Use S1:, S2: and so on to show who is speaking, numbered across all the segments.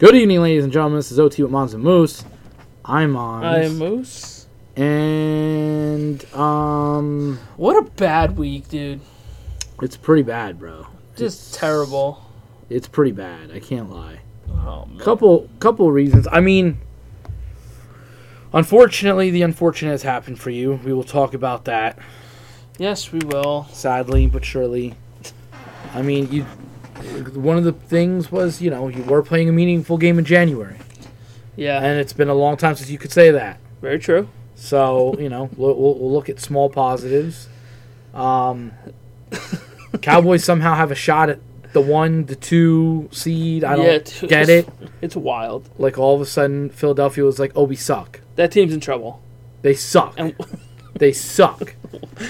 S1: Good evening, ladies and gentlemen. This is OT with Mons and Moose. I'm Mons.
S2: I am Moose.
S1: And, um,
S2: What a bad week, dude.
S1: it's pretty bad, bro.
S2: Just terrible.
S1: It's pretty bad. I can't lie.
S2: Oh, man.
S1: Couple, couple reasons. I mean, unfortunately, the unfortunate has happened for you. We will talk about that,
S2: Yes, we will.
S1: sadly but surely. I mean, you. One of the things was, you know, you were playing a meaningful game in January,
S2: Yeah,
S1: and it's been a long time since you could say that.
S2: very true.
S1: So you know, we'll, we'll, we'll look at small positives. Um, Cowboys somehow have a shot at the one, the two seed. I don't
S2: Yeah, dude,
S1: get it.
S2: it's- It's wild.
S1: Like all of a sudden, Philadelphia was like, "Oh, we suck.
S2: That team's in trouble.
S1: They suck.
S2: And
S1: they suck."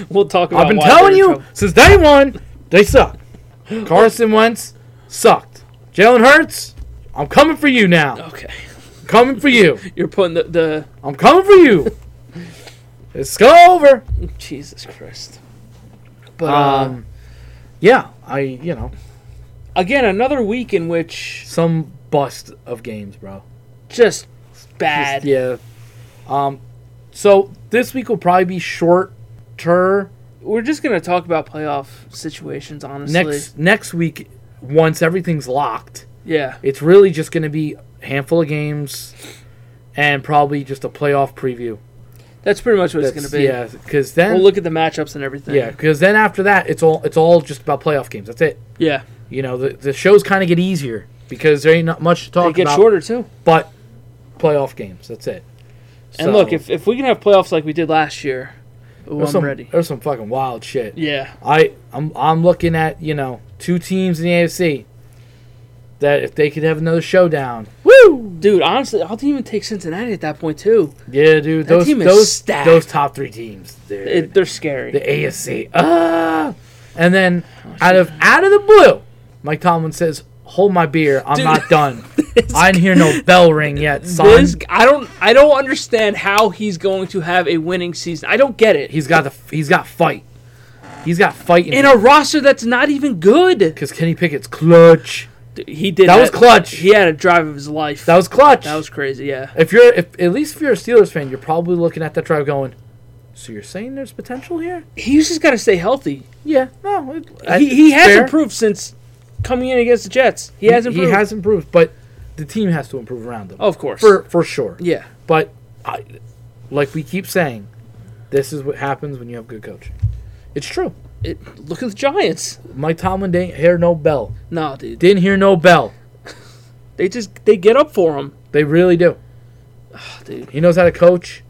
S2: we'll talk about
S1: I've been
S2: why they're
S1: telling
S2: in
S1: you
S2: trouble.
S1: since day one, they suck. Carson Wentz sucked. Jalen Hurts, I'm coming for you now.
S2: Okay.
S1: Coming for you.
S2: You're putting the. the
S1: I'm coming for you. It's over.
S2: Jesus Christ. But, uh,
S1: Um, yeah, I you know
S2: again, another week in which
S1: some bust of games, bro.
S2: just
S1: Just-
S2: bad.
S1: yeah. Um, so this week will probably be shorter.
S2: We're just going to talk about playoff situations, honestly.
S1: Next next week, once everything's locked,
S2: Yeah.
S1: it's really just going to be a handful of games, and probably just a playoff preview.
S2: That's pretty much what it's going
S1: That's-
S2: to be.
S1: Yeah, because then
S2: We'll look at the matchups and everything.
S1: yeah, because then after that, it's all it's all just about playoff games. That's it.
S2: Yeah.
S1: You know, the the shows kind of get easier because there ain't not much to talk
S2: They get
S1: about.
S2: shorter, too.
S1: but playoff games. That's it.
S2: And
S1: So-
S2: look, if, if we can have playoffs like we did last year, ooh, I'm
S1: there's some,
S2: ready.
S1: There's some fucking wild shit.
S2: Yeah,
S1: I I'm I'm looking at you know two teams in the AFC that if they could have another showdown. Woo!
S2: dude. Honestly, I'll even take Cincinnati at that point too.
S1: Yeah, dude.
S2: That
S1: those
S2: team is
S1: those
S2: stacked.
S1: those top three teams. Dude.
S2: It, they're scary.
S1: the AFC. Ah! And then
S2: Oh,
S1: out of out of the blue, Mike Tomlin says, "Hold my beer. I'm
S2: Dude.
S1: not done. I didn't hear no bell ring yet, son."
S2: This, I don't, I don't understand how he's going to have a winning season. I don't get it.
S1: he's got the he's got fight. He's got fight in,
S2: in a roster that's not even good.
S1: because Kenny Pickett's clutch.
S2: Dude, he did.
S1: That was clutch.
S2: He had a drive of his life.
S1: That was clutch.
S2: that was crazy. Yeah,
S1: if you're if at least if you're a Steelers fan, you're probably looking at that drive going. So you're saying there's potential here?
S2: he's just got to stay healthy.
S1: Yeah, no. It,
S2: he he
S1: it's
S2: has
S1: fair.
S2: improved since coming in against the Jets. He has improved.
S1: He has improved, but the team has to improve around him.
S2: Oh, of course.
S1: for for sure.
S2: yeah,
S1: But I, like we keep saying, this is what happens when you have good coaching. It's true.
S2: It- look at the Giants.
S1: Mike Tomlin didn't hear no bell.
S2: No, dude.
S1: Didn't hear no bell.
S2: They just they get up for him,
S1: They really do.
S2: Oh, dude.
S1: He knows how to coach.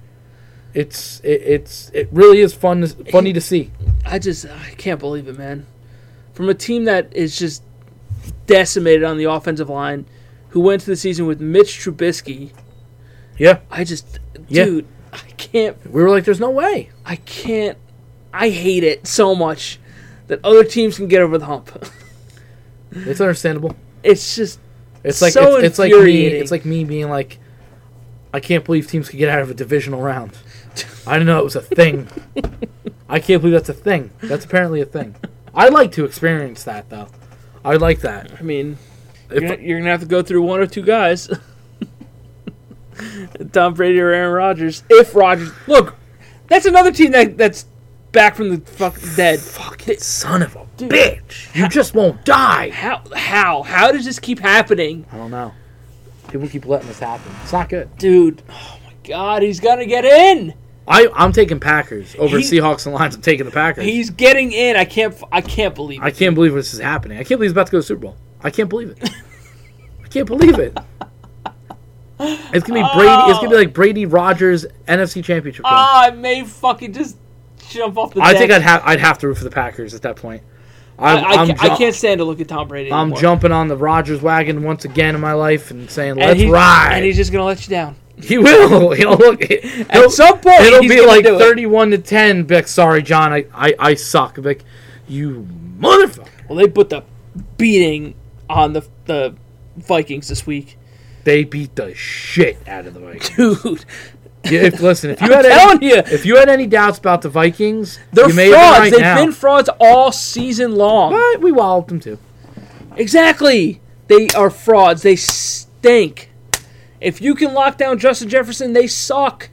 S1: It's it, it's it really is fun funny to see.
S2: I just I can't believe it, man. From a team that is just decimated on the offensive line, who went to the season with Mitch Trubisky,
S1: Yeah,
S2: I just,
S1: Yeah.
S2: dude, I can't,
S1: we were like, there's no way.
S2: I can't, I hate it so much that other teams can get over the hump.
S1: It's understandable.
S2: It's just,
S1: It's like
S2: So
S1: it's, it's like me.
S2: infuriating.
S1: It's like me being like, I can't believe teams could get out of a divisional round. I didn't know it was a thing. I can't believe that's a thing. That's apparently a thing. I'd like to experience that though. I'd like that.
S2: I mean,
S1: If-
S2: you're, gonna, you're gonna have to go through one or two guys. Tom Brady or Aaron Rodgers. If Rodgers, look, that's another team that that's back from the fuck dead.
S1: Fucking son of a bitch! You just won't die.
S2: How how how does this keep happening,
S1: I don't know. People keep letting this happen. It's not good.
S2: dude? Oh my god, he's gonna get in.
S1: I I'm taking Packers over
S2: He-
S1: Seahawks and Lions. I'm taking the Packers.
S2: He's getting in. I can't f- I can't believe
S1: I
S2: it.
S1: can't believe this is happening. I can't believe he's about to go to the Super Bowl. I can't believe it. I can't believe it. It's gonna be Brady. It's gonna be like Brady Rogers NFC Championship game.
S2: Ah, I may fucking just jump off the.
S1: I
S2: deck.
S1: think I'd have I'd have to root for the Packers at that point.
S2: I,
S1: I,
S2: I,
S1: am
S2: can't, I can't stand to look at Tom Brady.
S1: I'm
S2: anymore.
S1: jumping on the Rogers wagon once again in my life and saying
S2: And
S1: let's
S2: he-
S1: ride.
S2: And he's just gonna let you down.
S1: he will. He'll look.
S2: At
S1: he'll-
S2: some point,
S1: it'll
S2: he's
S1: be
S2: gonna
S1: like
S2: do it.
S1: 31 to 10. Be like, sorry, John. I I, I suck. Be like, you motherfucker.
S2: Well, they put the beating on the the Vikings this week,
S1: They beat the shit out of the Vikings.
S2: dude.
S1: Yeah, if, listen, if you
S2: I'm
S1: had
S2: telling
S1: any,
S2: you.
S1: if you had any doubts about the Vikings,
S2: They're
S1: you
S2: frauds.
S1: made it right
S2: They've
S1: now.
S2: been frauds all season long.
S1: but we walloped them too.
S2: Exactly. They are frauds. They s- stink. If you can lock down Justin Jefferson, they suck.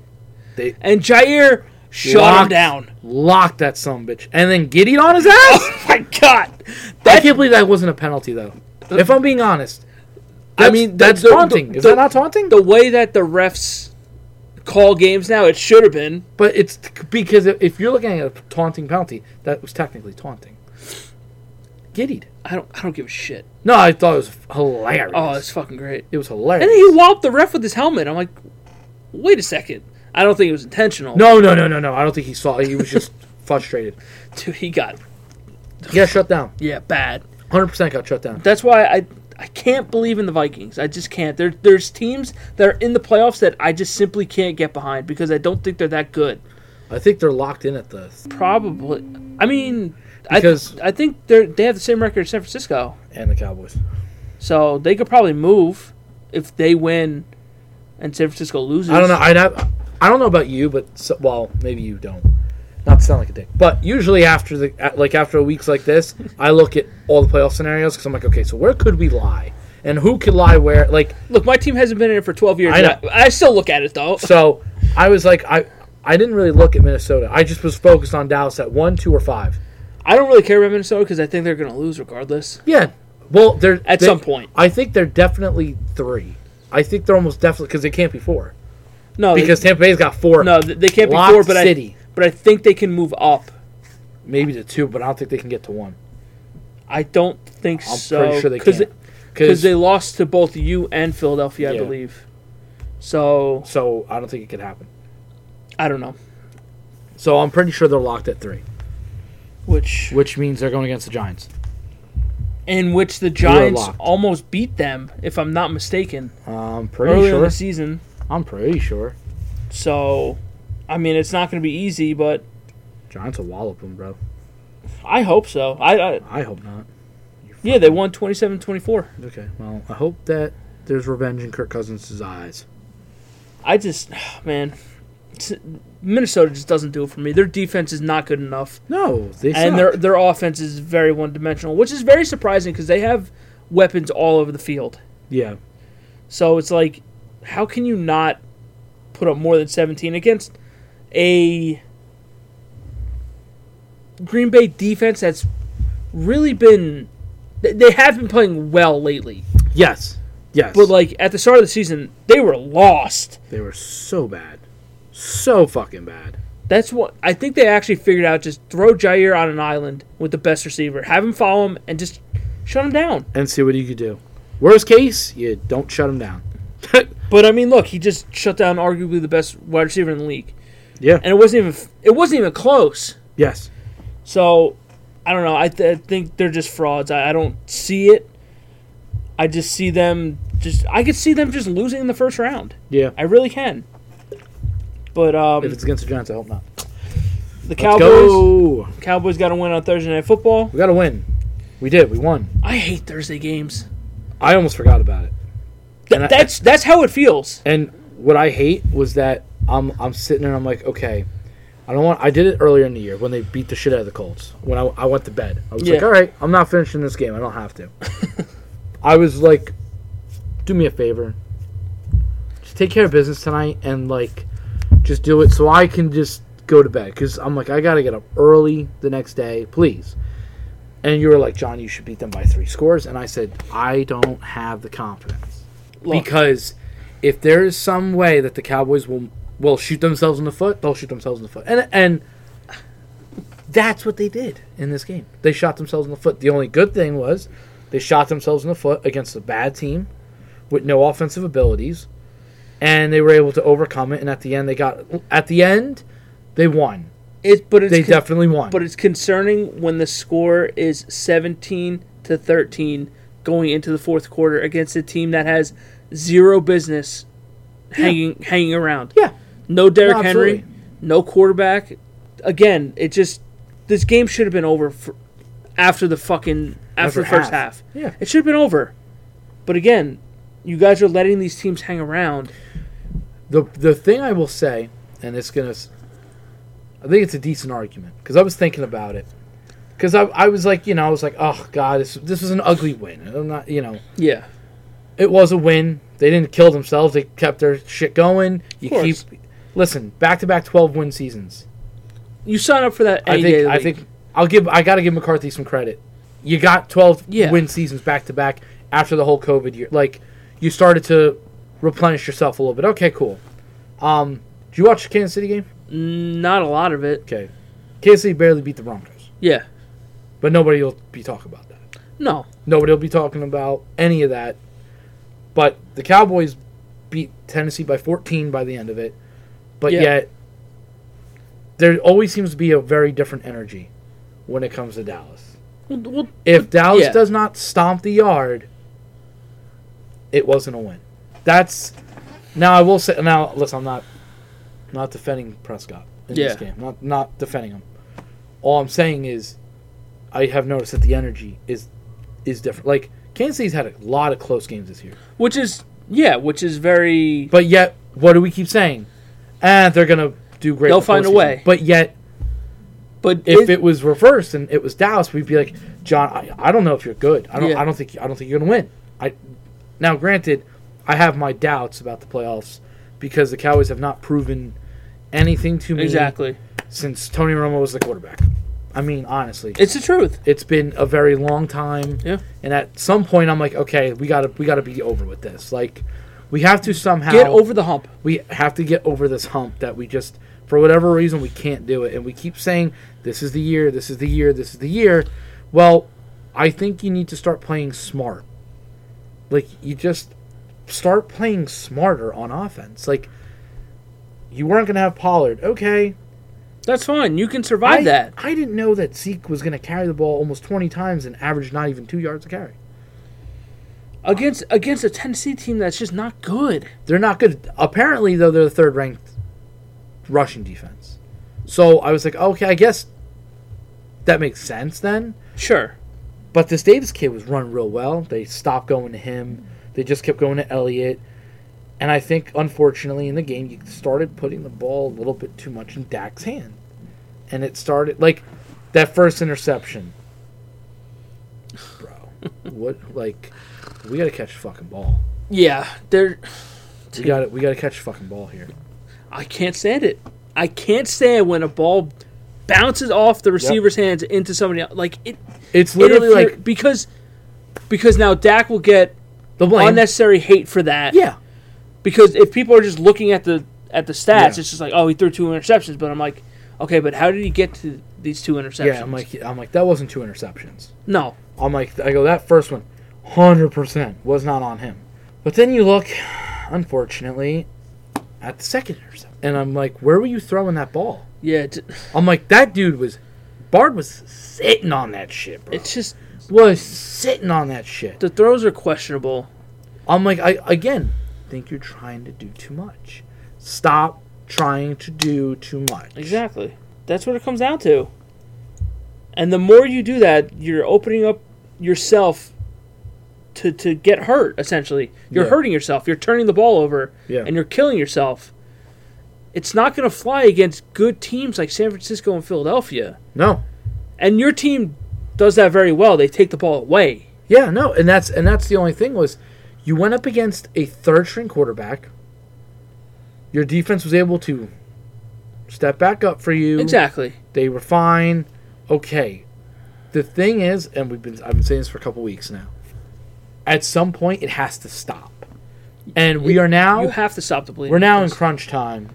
S1: They
S2: And Jair shut him
S1: Locked.
S2: down.
S1: locked that some bitch and then giddied on his ass.
S2: My God,
S1: I
S2: that
S1: can't believe that wasn't a penalty though. If I'm being honest,
S2: That's-
S1: I mean that's
S2: the- the-
S1: taunting. Is
S2: the-
S1: that not taunting?
S2: the way that the refs call games now, it should have been.
S1: But it's because if- if you're looking at a taunting penalty, that was technically taunting. Giddied.
S2: I don't. I don't give a shit.
S1: No, I thought it was hilarious.
S2: Oh, it's fucking great.
S1: it was hilarious.
S2: And then he walloped the ref with his helmet. I'm like, wait a second. I don't think it was intentional.
S1: no, no, no, no, no. I don't think he saw. it. He was just frustrated.
S2: Dude, he got
S1: He got shut down.
S2: yeah bad.
S1: 100 percent got shut down.
S2: That's why I I can't believe in the Vikings. I just can't. There there's teams that are in the playoffs that I just simply can't get behind because I don't think they're that good.
S1: I think they're locked in at the.
S2: Probably. I mean,
S1: Because-
S2: I I think they're they have the same record as San Francisco,
S1: and the Cowboys.
S2: so they could probably move if they win, and San Francisco loses.
S1: I don't know. I not, I don't know about you, but so, well, maybe you don't. Not to sound like a dick, but usually after the at- like after weeks like this, I look at all the playoff scenarios because I'm like, okay, so where could we lie, and who could lie where? Like,
S2: Look, my team hasn't been in it for 12 years.
S1: I know.
S2: yet. I, still look at it though.
S1: so I was like, I I didn't really look at Minnesota. I just was focused on Dallas at one, two, or five.
S2: I don't really care about Minnesota because I think they're going to lose regardless.
S1: Yeah. Well, they're
S2: At
S1: they-
S2: some point.
S1: I think they're definitely three. I think they're almost definitely because they can't be four
S2: No,
S1: because Tampa Bay's got four.
S2: they, Oh, no, they they can't be
S1: Locked
S2: four. But
S1: city.
S2: I but I think they can move up.
S1: maybe to two, but I don't think they can get to one.
S2: I don't think
S1: I'm
S2: so.
S1: pretty sure they
S2: cause
S1: can.
S2: because they lost to both you and Philadelphia, I
S1: Yeah.
S2: believe. So
S1: so I don't think it could happen.
S2: I don't know.
S1: So I'm pretty sure they're locked at three,
S2: Which
S1: which means they're going against the Giants.
S2: in which the Giants
S1: locked.
S2: almost beat them, if I'm not mistaken,
S1: I'm
S2: earlier
S1: pretty
S2: in
S1: sure.
S2: the season.
S1: I'm pretty sure.
S2: So, I mean, it's not going to be easy, but
S1: Giants will wallop them, bro.
S2: I hope so. I, I
S1: I hope not.
S2: yeah, they won 27-24.
S1: Okay. Well, I hope that there's revenge in Kirk Cousins' eyes.
S2: I just, man, it's- Minnesota just doesn't do it for me. Their defense is not good enough,
S1: No, they
S2: and
S1: suck.
S2: their their offense is very one dimensional, which is very surprising because they have weapons all over the field.
S1: yeah.
S2: So it's like, how can you not put up more than 17 against a Green Bay defense that's really been. they- They have been playing well lately,
S1: Yes. Yes.
S2: but like at the start of the season, they were lost.
S1: they were so bad, so fucking bad.
S2: That's what I think they actually figured out. Just throw Jair on an island with the best receiver, have him follow him, and just shut him down.
S1: And see what you could do. Worst case, you don't shut them down.
S2: But I mean, look, he just shut down arguably the best wide receiver in the league,
S1: yeah.
S2: and it wasn't even it wasn't even close.
S1: yes.
S2: So I don't know. I, th- I think they're just frauds. I, I don't see it. I just see them just. I could see them just losing in the first round.
S1: Yeah.
S2: I really can. But um,
S1: If it's against the Giants, I hope not.
S2: the
S1: Let's
S2: Cowboys
S1: go.
S2: Cowboys got to win on Thursday Night Football.
S1: We got to win. We did. We won.
S2: I hate Thursday games.
S1: I almost forgot about it. And I-
S2: Th- that's that's how it feels.
S1: And what I hate was that I'm I'm sitting there and I'm like, okay, I don't want. I did it earlier in the year when they beat the shit out of the Colts. When I, I went to bed, I was like,
S2: Yeah.
S1: all right, I'm not finishing this game. I don't have to. I was like, do me a favor, just take care of business tonight and like, just do it so I can just go to bed because I'm like I gotta get up early the next day, please. And you were like, John, you should beat them by three scores. And I said, I don't have the confidence
S2: Look,
S1: because if there is some way that the Cowboys will will shoot themselves in the foot, they'll shoot themselves in the foot, and and that's what they did in this game. They shot themselves in the foot. The only good thing was they shot themselves in the foot against a bad team with no offensive abilities, and they were able to overcome it. And at the end, they got at the end they won.
S2: it, but it's
S1: They
S2: con-
S1: definitely won.
S2: but it's concerning when the score is 17 to 13 going into the fourth quarter against a team that has zero business hanging hanging around.
S1: yeah,
S2: No Derrick
S1: No,
S2: Henry,
S1: absolutely.
S2: no quarterback. Again, it just this game should have been over for, after the fucking
S1: After
S2: after the first
S1: half.
S2: half.
S1: Yeah.
S2: It should have been over. But again, you guys are letting these teams hang around.
S1: The the thing I will say, and it's gonna, s- I think it's a decent argument because I was thinking about it, because I, I was like you know I was like oh god this this was an ugly win I'm not you know
S2: Yeah.
S1: it was a win. They didn't kill themselves. They kept their shit going. You keep
S2: course.
S1: listen back to back twelve win seasons.
S2: You sign up for that
S1: I think
S2: any day. of the
S1: I
S2: week.
S1: think I'll give I got to give McCarthy some credit. You got 12
S2: Yeah.
S1: win seasons back to back after the whole COVID year. Like you started to replenish yourself a little bit. Okay, cool. Um, did you watch the Kansas City game?
S2: not a lot of it.
S1: Okay, Kansas City barely beat the Broncos,
S2: Yeah.
S1: but nobody will be talking about that.
S2: No.
S1: Nobody will be talking about any of that. But the Cowboys beat Tennessee by 14 by the end of it. But
S2: Yeah.
S1: yet, there always seems to be a very different energy when it comes to Dallas.
S2: Well, well,
S1: If Dallas
S2: yeah.
S1: does not stomp the yard, it wasn't a win. That's now I will say now listen, I'm not not defending Prescott in this
S2: Yeah.
S1: game. Not not defending him. All I'm saying is I have noticed that the energy is is different. Like Kansas City's had a lot of close games this year.
S2: which is yeah, which is very
S1: But yet what do we keep saying? Eh, they're gonna do great. in
S2: They'll
S1: the
S2: find a
S1: postseason.
S2: way.
S1: But yet
S2: but
S1: if it was reversed and it was Dallas, we'd be like, John, I, I don't know if you're good. I don't.
S2: Yeah.
S1: I don't think. I don't think you're gonna win. I now, granted, I have my doubts about the playoffs because the Cowboys have not proven anything to me
S2: exactly.
S1: since Tony Romo was the quarterback. I mean, honestly,
S2: It's the truth.
S1: it's been a very long time.
S2: Yeah.
S1: And at some point, I'm like, okay, we gotta we gotta be over with this. Like, we have to somehow
S2: Get over the hump.
S1: we have to get over this hump that we just for whatever reason we can't do it and we keep saying this is the year this is the year this is the year well i think you need to start playing smart like you just start playing smarter on offense like you weren't going to have pollard okay
S2: That's fine. You can survive
S1: I,
S2: that.
S1: I didn't know that zeke was going to carry the ball almost 20 times and average not even two yards a carry
S2: Against against a Tennessee team that's just not good.
S1: They're not good. Apparently, though, they're the third ranked rushing defense. So I was like, okay, I guess that makes sense then.
S2: Sure.
S1: But this Davis kid was running real well. They stopped going to him. They just kept going to Elliott. And I think, unfortunately, in the game, you started putting the ball a little bit too much in Dak's hand. And it started, like, that first interception. Bro, what, like, we got to catch a fucking ball.
S2: Yeah. They're
S1: We got to we gotta catch a fucking ball here.
S2: I can't stand it. I can't stand when a ball bounces off the receiver's hands into somebody else. Like it
S1: It's
S2: it
S1: literally
S2: infuri-
S1: like
S2: because because now Dak will get
S1: The blame.
S2: unnecessary hate for that.
S1: yeah.
S2: Because if people are just looking at the at the stats,
S1: Yeah.
S2: it's just like, oh, he threw two interceptions. But I'm like, okay, but how did he get to these two interceptions?
S1: Yeah, I'm like I'm like that wasn't two interceptions.
S2: no,
S1: I'm like I go that first one 100% was not on him. But then you look unfortunately at the second interception and I'm like where were you throwing that ball?
S2: yeah, it's,
S1: I'm like that dude was Bard was sitting on that shit, bro.
S2: it's just
S1: was sitting on that shit.
S2: the throws are questionable.
S1: I'm like I again think you're trying to do too much. Stop trying to do too much.
S2: Exactly, that's what it comes down to. And the more you do that, you're opening up yourself to to get hurt. Essentially, you're
S1: Yeah.
S2: hurting yourself. You're turning the ball over,
S1: Yeah.
S2: and you're killing yourself. It's not going to fly against good teams like San Francisco and Philadelphia.
S1: No.
S2: and your team does that very well. They take the ball away.
S1: Yeah, no, and that's and that's the only thing was you went up against a third string quarterback. Your defense was able to step back up for you.
S2: Exactly.
S1: They were fine. Okay. The thing is, and we've been I've been saying this for a couple weeks now. At some point it has to stop. And we are now
S2: You have to stop the bleeding.
S1: we're now in
S2: Yes.
S1: crunch time.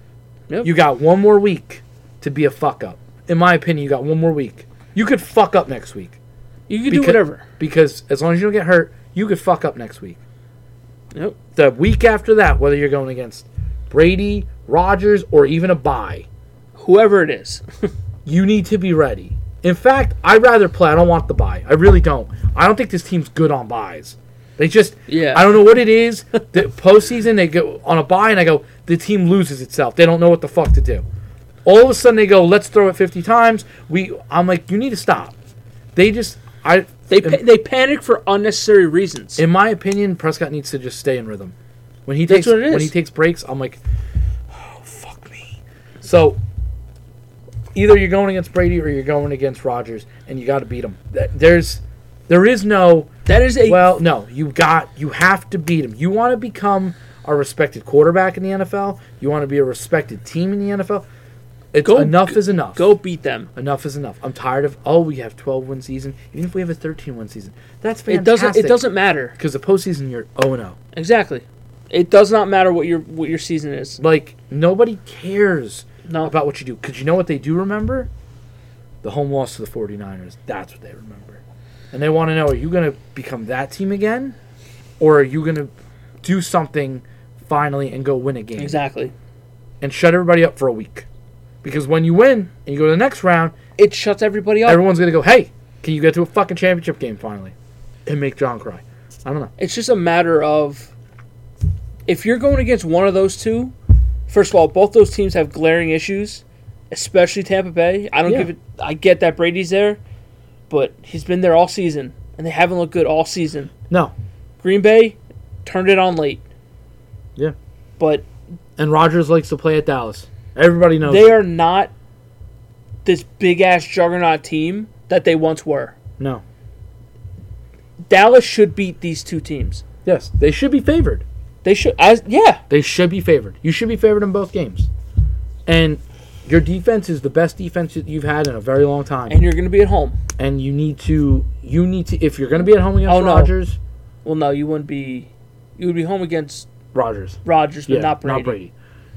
S2: Yep.
S1: You got one more week to be a fuck up. In my opinion, you got one more week. You could fuck up next week
S2: you can
S1: becau-
S2: do whatever.
S1: because as long as you don't get hurt, you could fuck up next week.
S2: Yep.
S1: The week after that, whether you're going against Brady, Rogers, or even a bye,
S2: Whoever it is.
S1: you need to be ready. In fact, I'd rather play. I don't want the bye. I really don't. I don't think this team's good on buys. They just,
S2: Yeah.
S1: I don't know what it is. The postseason, they go on a bye, and I go, the team loses itself. They don't know what the fuck to do. All of a sudden, they go, let's throw it 50 times. We, I'm like, you need to stop. They just, I,
S2: They pa- they panic for unnecessary reasons.
S1: In my opinion, Prescott needs to just stay in rhythm. When he
S2: That's
S1: takes
S2: what it
S1: when
S2: is.
S1: he takes breaks, I'm like, oh fuck me. So either you're going against Brady or you're going against Rogers, and you got to beat him. There's there is no
S2: That is a
S1: Well, no, you got you have to beat him. You want to become a respected quarterback in the NFL. You want to be a respected team in the NFL. It's
S2: Go-
S1: enough is enough.
S2: go beat them.
S1: Enough is enough. I'm tired of oh we have 12 win season. Even if we have a 13 win season, that's
S2: It
S1: fantastic.
S2: doesn't. It doesn't matter.
S1: because the postseason you're 0 and oh. 0.
S2: Exactly. It does not matter what your what your season is.
S1: Like nobody cares
S2: No.
S1: about what you do. Because you know what they do remember? The home loss to the 49ers. That's what they remember. And they want to know are you going to become that team again? Or are you going to do something finally and go win a game?
S2: Exactly.
S1: And shut everybody up for a week. Because when you win and you go to the next round,
S2: It shuts everybody up.
S1: everyone's going to go, hey, can you get to a fucking championship game finally? And make John cry. I don't know.
S2: It's just a matter of if you're going against one of those two, first of all, both those teams have glaring issues, especially Tampa Bay. I don't
S1: Yeah.
S2: give it I get that Brady's there, but he's been there all season and they haven't looked good all season.
S1: No.
S2: Green Bay turned it on late.
S1: Yeah.
S2: But
S1: And Rodgers likes to play at Dallas. Everybody knows.
S2: they are not this big ass juggernaut team that they once were.
S1: no.
S2: Dallas should beat these two teams.
S1: Yes, they should be favored.
S2: They should as yeah,
S1: They should be favored. You should be favored in both games. And your defense is the best defense that you've had in a very long time.
S2: and you're going to be at home.
S1: And you need to you need to if you're going to be at home against
S2: Oh, no.
S1: Rodgers,
S2: Well, no, you wouldn't be you would be home against
S1: Rodgers.
S2: Rodgers, but
S1: Yeah,
S2: not Brady.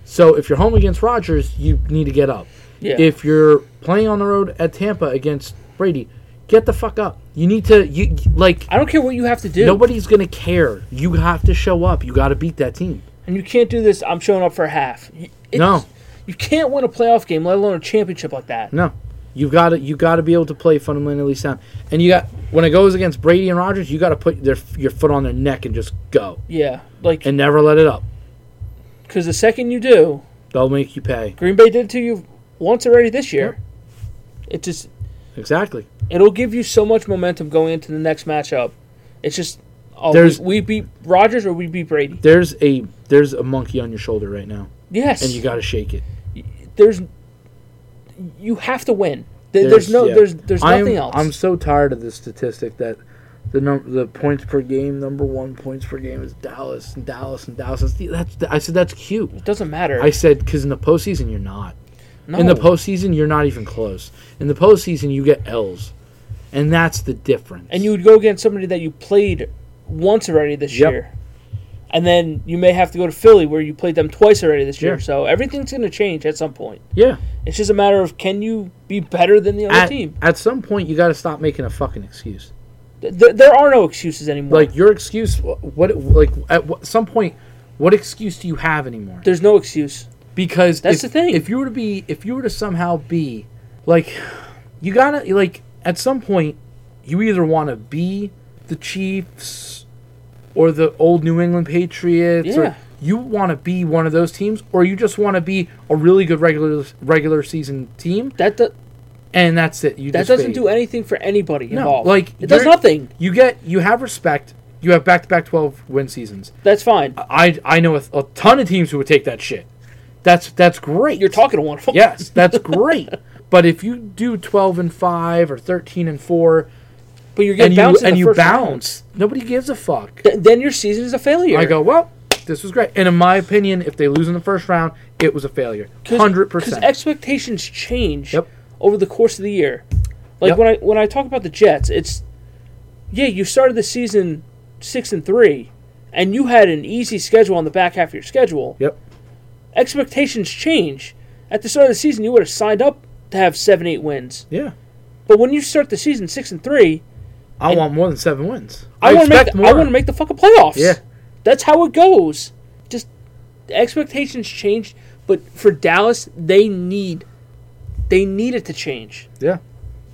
S1: So if you're home against Rodgers, you need to get up.
S2: Yeah.
S1: If you're playing on the road at Tampa against Brady, get the fuck up. You need to you like
S2: I don't care what you have to do.
S1: nobody's going to care. You have to show up. You got to beat that team.
S2: and you can't do this. I'm showing up for a half. You- it's-
S1: No.
S2: You can't win a playoff game, let alone a championship like that.
S1: No, you've got to you got to be able to play fundamentally sound, and you got when it goes against Brady and Rogers, you got to put their your foot on their neck and just go
S2: Yeah. Like,
S1: and never let it up.
S2: because the second you do,
S1: They'll make you pay.
S2: Green Bay did it to you once already this year. It just,
S1: Exactly.
S2: it'll give you so much momentum going into the next matchup. It's just, oh,
S1: There's-
S2: we, we beat Rodgers or we beat Brady.
S1: There's a there's a monkey on your shoulder right now,
S2: Yes.
S1: and you got to shake it.
S2: there's, you have to win. There- There's, no,
S1: yeah.
S2: there's, there's
S1: I am-
S2: nothing else.
S1: I'm so tired of this statistic that the num- the points per game number one points per game is Dallas and Dallas and Dallas. That's, that's I said that's cute.
S2: it doesn't matter.
S1: I said because in the postseason you're not.
S2: no.
S1: In the postseason, you're not even close. In the postseason, you get L's, and that's the difference.
S2: and you would go against somebody that you played once already this
S1: Yep.
S2: year. And then you may have to go to Philly where you played them twice already this year.
S1: Yeah.
S2: So everything's going to change at some point.
S1: yeah,
S2: It's just a matter of can you be better than the other
S1: at,
S2: team?
S1: at some point, you got to stop making a fucking excuse.
S2: Th- th- there are no excuses anymore.
S1: Like your excuse, wh- what? Like at what, some point, what excuse do you have anymore?
S2: There's no excuse.
S1: Because
S2: That's
S1: if,
S2: the thing.
S1: If you were to be, if you were to somehow be, like, you gotta like at some point, you either want to be the Chiefs or the old New England Patriots.
S2: Yeah.
S1: Or you want to be one of those teams, or you just want to be a really good regular regular season team,
S2: That do-
S1: and that's it. You
S2: that
S1: just
S2: doesn't
S1: fade.
S2: do anything for anybody
S1: No,
S2: involved.
S1: like,
S2: it does
S1: you're-
S2: nothing.
S1: You get you have respect. You have back to back twelve win seasons.
S2: That's fine.
S1: I I know a, a ton of teams who would take that shit. That's that's great.
S2: You're talking to one. of 'em.
S1: Yes, that's great. but if you do twelve and five or thirteen and four,
S2: but you're getting
S1: and you
S2: bounced. in
S1: and
S2: the
S1: you
S2: first round.
S1: bounce, nobody gives a fuck.
S2: Th- then your season is a failure.
S1: I go, well, this was great. And in my opinion, if they lose in the first round, it was a failure, hundred
S2: Because
S1: percent.
S2: expectations change
S1: Yep.
S2: over the course of the year. Like
S1: Yep.
S2: when I when I talk about the Jets, it's yeah, you started the season six and three, and you had an easy schedule on the back half of your schedule.
S1: Yep.
S2: Expectations change. At the start of the season, you would have signed up to have seven, eight wins.
S1: Yeah,
S2: But when you start the season six and three,
S1: I want more than seven wins.
S2: I, want to make
S1: expect
S2: the,
S1: more.
S2: I want to make the fucking playoffs.
S1: Yeah.
S2: that's how it goes. Just the expectations change, but for Dallas, they need they need it to change.
S1: yeah,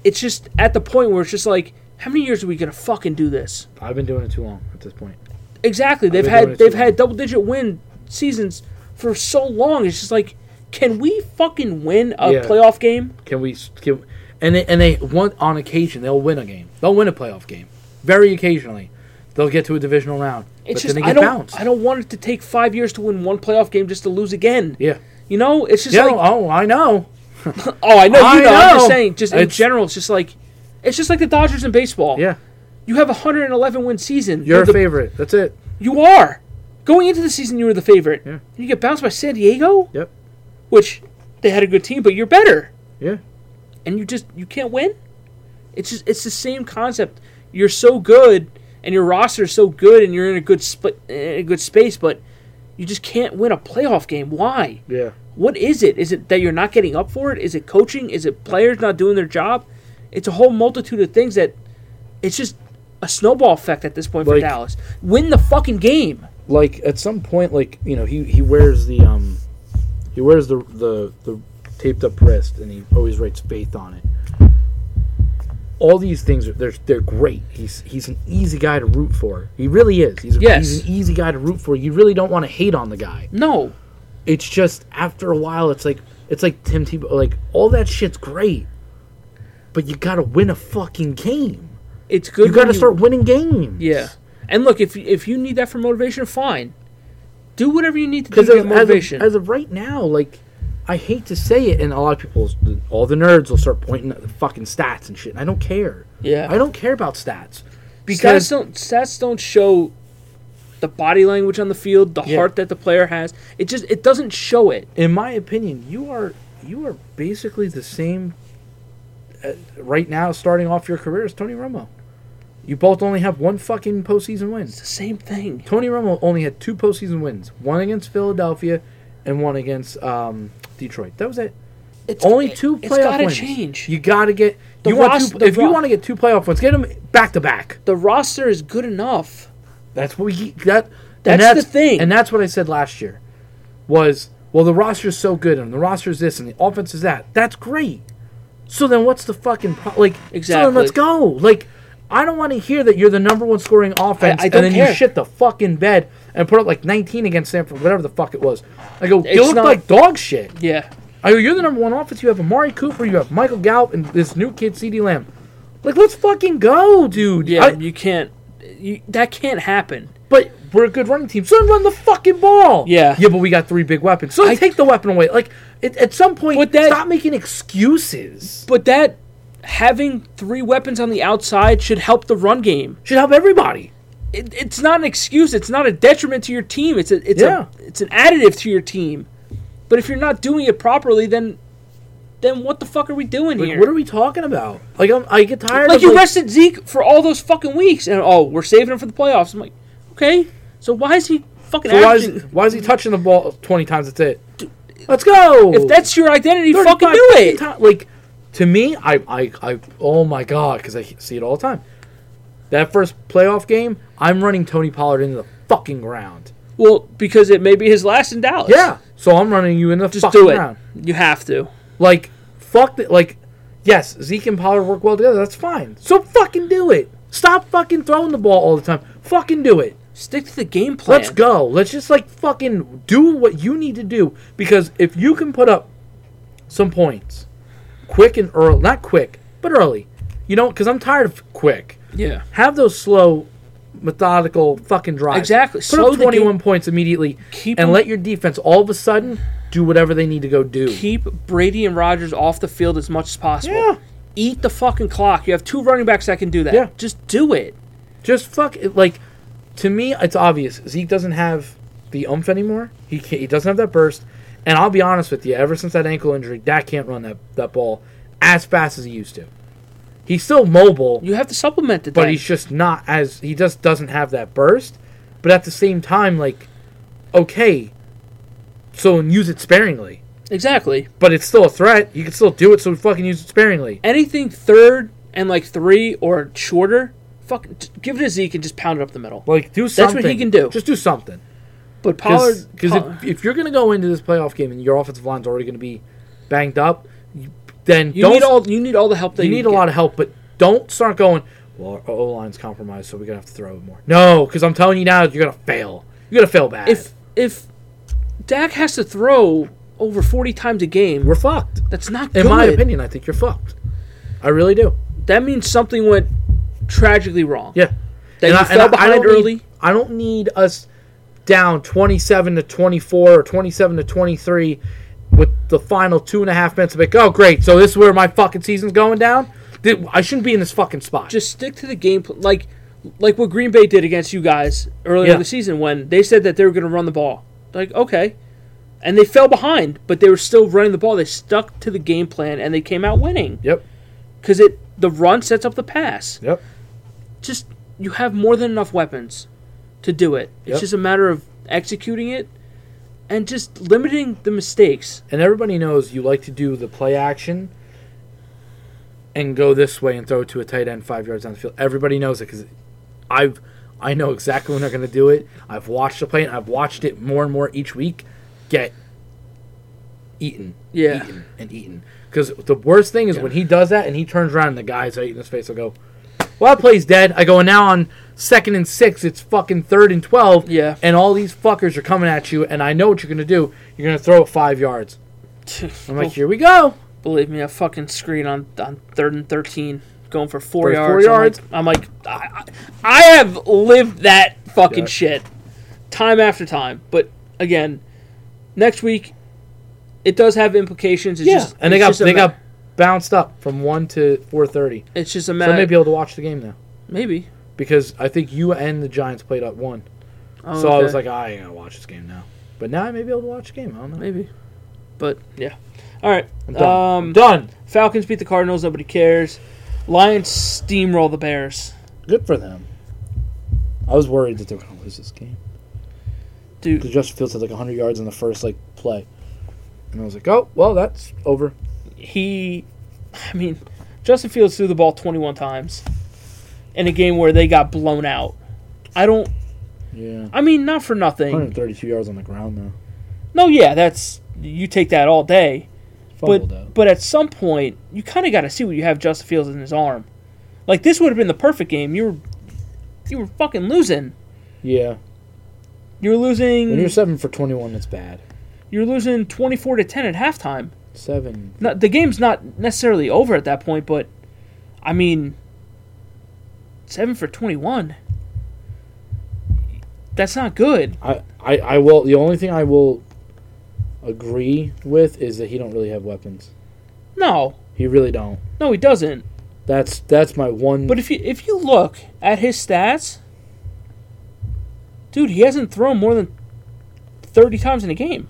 S2: It's just at the point where it's just like, how many years are we gonna fucking do this?
S1: I've been doing it too long at this point.
S2: Exactly. They've
S1: been doing
S2: had
S1: it too
S2: they've had
S1: long.
S2: double digit win seasons for so long. It's just like, can we fucking win a
S1: Yeah.
S2: playoff game?
S1: Can we? Can, and they and they want on occasion they'll win a game. They'll win a playoff game. Very occasionally, they'll get to a divisional round. but
S2: It's just
S1: then they
S2: I
S1: get
S2: don't
S1: bounced.
S2: I don't want it to take five years to win one playoff game just to lose again.
S1: yeah.
S2: You know, it's just
S1: Yeah.
S2: like
S1: oh, I know.
S2: Oh, I know. You
S1: I
S2: know. I'm just
S1: know.
S2: saying. Just in
S1: It's-
S2: general, it's just like it's just like the Dodgers in baseball.
S1: Yeah.
S2: You have a 111 win season.
S1: You're a
S2: the,
S1: favorite. That's it.
S2: You are. Going into the season, you were the favorite.
S1: Yeah.
S2: You get bounced by San Diego,
S1: Yep.
S2: which they had a good team, but you're better,
S1: Yeah.
S2: and you just you can't win. It's just it's the same concept. You're so good, and your roster is so good, and you're in a good split, in a good space, but you just can't win a playoff game. Why?
S1: Yeah.
S2: What is it? Is it that you're not getting up for it? Is it coaching? Is it players not doing their job? It's a whole multitude of things that it's just a snowball effect at this point for
S1: Like-
S2: Dallas. Win the fucking game.
S1: Like at some point, like you know, he he wears the um, he wears the the the taped up wrist, and he always writes faith on it. All these things are they're they're great. He's he's an easy guy to root for. He really is. He's, a,
S2: Yes.
S1: he's an easy guy to root for. You really don't want to hate on the guy.
S2: No.
S1: It's just after a while, it's like it's like Tim Tebow. Like all that shit's great, but you gotta win a fucking game.
S2: It's good.
S1: You gotta
S2: when
S1: start winning games.
S2: Yeah. And look, if if you need that for motivation, fine. Do whatever you need to do
S1: because
S2: to get
S1: as, as,
S2: motivation.
S1: of, as of right now, like I hate to say it, and a lot of people, all the nerds will start pointing at the fucking stats and shit. and I don't care.
S2: Yeah.
S1: I don't care about stats
S2: because stats
S1: because
S2: don't stats don't show the body language on the field, the
S1: Yeah.
S2: heart that the player has. It just it doesn't show it.
S1: in my opinion, you are you are basically the same uh, right now, starting off your career as Tony Romo. You both only have one fucking postseason win.
S2: It's the same thing.
S1: Tony Romo only had two postseason wins: one against Philadelphia, and one against um, Detroit. That was it.
S2: It's
S1: Only two playoff
S2: It's gotta
S1: wins.
S2: change.
S1: You got to get.
S2: The
S1: you want
S2: ros-
S1: two,
S2: the
S1: if you
S2: ro-
S1: want to get two playoff wins, get them back to back.
S2: the roster is good enough.
S1: That's what we that.
S2: That's
S1: and
S2: the thing.
S1: and that's what I said last year. Was well, the roster's so good, and the roster's this, and the offense is that. That's great. So then, what's the fucking pro- like? So
S2: Exactly.
S1: then, let's go. Like, I don't want to hear that you're the number one scoring offense,
S2: I don't
S1: and then you
S2: care.
S1: shit the fucking bed and put up like 19 against Sanford, whatever the fuck it was. I go,
S2: It's
S1: you look
S2: not-
S1: like dog shit.
S2: Yeah.
S1: I go, you're the number one offense. You have Amari Cooper, you have Michael Gallup, and this new kid, C.D. Lamb. Like, let's fucking go, dude.
S2: Yeah,
S1: I-
S2: you can't you, that can't happen.
S1: but we're a good running team. So then run the fucking ball.
S2: Yeah.
S1: Yeah, but we got three big weapons. So
S2: I-
S1: take the weapon away. Like, it, at some point,
S2: But that-
S1: stop making excuses.
S2: But that having three weapons on the outside should help the run game.
S1: Should help everybody.
S2: it, it's not an excuse. It's not a detriment to your team. It's a, it's
S1: Yeah.
S2: a, it's an additive to your team. But if you're not doing it properly, then then what the fuck are we doing
S1: Like,
S2: here?
S1: what are we talking about? Like, I'm, I get tired
S2: like
S1: of
S2: you
S1: like,
S2: rested Zeke for all those fucking weeks, and oh, we're saving him for the playoffs. I'm like, okay, so why is he fucking?
S1: so why,
S2: averaging-
S1: is, why is he touching the ball 20 times? That's it. Let's go.
S2: if that's your identity, fucking
S1: 35
S2: do it.
S1: fucking ti- like to me, I, I, I oh my god, because I he- see it all the time. That first playoff game, I'm running Tony Pollard into the fucking ground.
S2: Well, because it may be his last in Dallas.
S1: Yeah, so I'm running you in the
S2: just
S1: fucking
S2: do it.
S1: ground.
S2: You have to.
S1: Like fuck that. Like yes, Zeke and Pollard work well together. That's fine. So fucking do it. Stop fucking throwing the ball all the time. Fucking do it.
S2: Stick to the game plan.
S1: Let's go. Let's just like fucking do what you need to do because if you can put up some points quick and early, not quick, but early, you know, because I'm tired of quick.
S2: Yeah.
S1: Have those slow, methodical fucking drives.
S2: Exactly.
S1: Put
S2: Slow
S1: up
S2: the
S1: 21 points immediately
S2: Keep
S1: and
S2: 'em-
S1: let your defense all of a sudden do whatever they need to go do.
S2: keep Brady and Rogers off the field as much as possible.
S1: Yeah.
S2: Eat the fucking clock. You have two running backs that can do that.
S1: Yeah.
S2: Just do it.
S1: Just fuck it. Like, to me, it's obvious. Zeke doesn't have the umph anymore. He can't, he doesn't have that burst. And I'll be honest with you. Ever since that ankle injury, Dak can't run that, that ball as fast as he used to. He's still mobile,
S2: You have to supplement it.
S1: but
S2: then.
S1: he's just not as he just doesn't have that burst. But at the same time, like, okay, so use it sparingly.
S2: exactly.
S1: But it's still a threat. You can still do it, so fucking use it sparingly.
S2: Anything third and like three or shorter, fuck, t- give it to Zeke and just pound it up the middle.
S1: Like, do
S2: what he
S1: something.
S2: can do.
S1: Just do something.
S2: But Pollard,
S1: because
S2: Pollard-
S1: if, if you're going to go into this playoff game and your offensive line's already going to be banged up, you- then
S2: you
S1: don't
S2: need all you need all the help that
S1: you
S2: you,
S1: need a lot of help, but don't start going. Well, our O line's compromised, so we're gonna have to throw it more. No, because I'm telling you now, you're gonna fail. You're gonna fail bad.
S2: If if Dak has to throw over forty times a game,
S1: we're fucked,
S2: that's not
S1: in
S2: good.
S1: my opinion, I think you're fucked. I really do.
S2: that means something went tragically wrong.
S1: Yeah.
S2: That you fell behind
S1: don't need-
S2: early.
S1: I don't need us down 27 to 24 or 27 to 23 with the final two and a half minutes of like, oh, great. So this is where my fucking season's going down? Th- I shouldn't be in this fucking spot.
S2: just stick to the game pl- like like what Green Bay did against you guys earlier
S1: Yeah.
S2: in the season when they said that they were going to run the ball. Like, okay. And they fell behind, but they were still running the ball. They stuck to the game plan and they came out winning
S1: yep.
S2: cuz it the run sets up the pass.
S1: Yep.
S2: Just you have more than enough weapons to do it. It's
S1: Yep.
S2: just a matter of executing it and just limiting the mistakes.
S1: And everybody knows you like to do the play action and go this way and throw it to a tight end five yards down the field. Everybody knows it because I've I know exactly when they're going to do it. I've watched the play and I've watched it more and more each week get eaten,
S2: Yeah.
S1: eaten, and eaten. Because the worst thing is when he does that and he turns around and the guys right in his face will go, "Well, that play's dead." I go, and now on second and six, it's fucking third and twelve.
S2: Yeah.
S1: and all these fuckers are coming at you, and I know what you're going to do. You're going to throw it five yards. I'm like, here we go.
S2: Believe me, I fucking screen on on third and thirteen, going for four
S1: For
S2: yards.
S1: four
S2: I'm
S1: yards.
S2: like- I'm like, I, I I have lived that
S1: Yeah.
S2: fucking shit, time after time. But again, next week, it does have implications. It's just,
S1: and they
S2: it's
S1: got
S2: just a
S1: they
S2: ma-
S1: got bounced up from one to four thirty.
S2: It's just
S1: So
S2: a matter.
S1: I may be
S2: maybe.
S1: able to watch the game now
S2: maybe.
S1: because I think you and the Giants played up one.
S2: Oh,
S1: so I was
S2: okay.
S1: like, I ain't gonna watch this game now. But now I may be able to watch the game. I don't know.
S2: maybe. But yeah, all right.
S1: I'm done. I'm
S2: Um,
S1: done.
S2: Falcons beat the Cardinals. Nobody cares. Lions steamroll the Bears.
S1: Good for them. I was worried that they were gonna lose this game
S2: Dude,
S1: because Justin Fields had like 100 yards in the first like play, and I was like, oh well, that's over.
S2: he, I mean, Justin Fields threw the ball 21 times in a game where they got blown out. I don't.
S1: Yeah.
S2: I mean, not for nothing.
S1: 132 yards on the ground though.
S2: No, yeah, that's you take that all day.
S1: Fumbled
S2: but
S1: out.
S2: but at some point, you kind of got to see what you have Justin Fields in his arm. Like this would have been the perfect game. You were you were fucking losing.
S1: Yeah.
S2: You were
S1: When you're
S2: losing.
S1: seven for 21, it's bad.
S2: You were losing 24 to 10 at halftime.
S1: Seven.
S2: Not, the game's not necessarily over at that point, but I mean, seven for 21. That's not good.
S1: I, I, I will. The only thing I will agree with is that he don't really have weapons.
S2: No,
S1: He really don't.
S2: no, he doesn't.
S1: That's that's my one.
S2: But if you if you look at his stats, dude, he hasn't thrown more than 30 times in a game.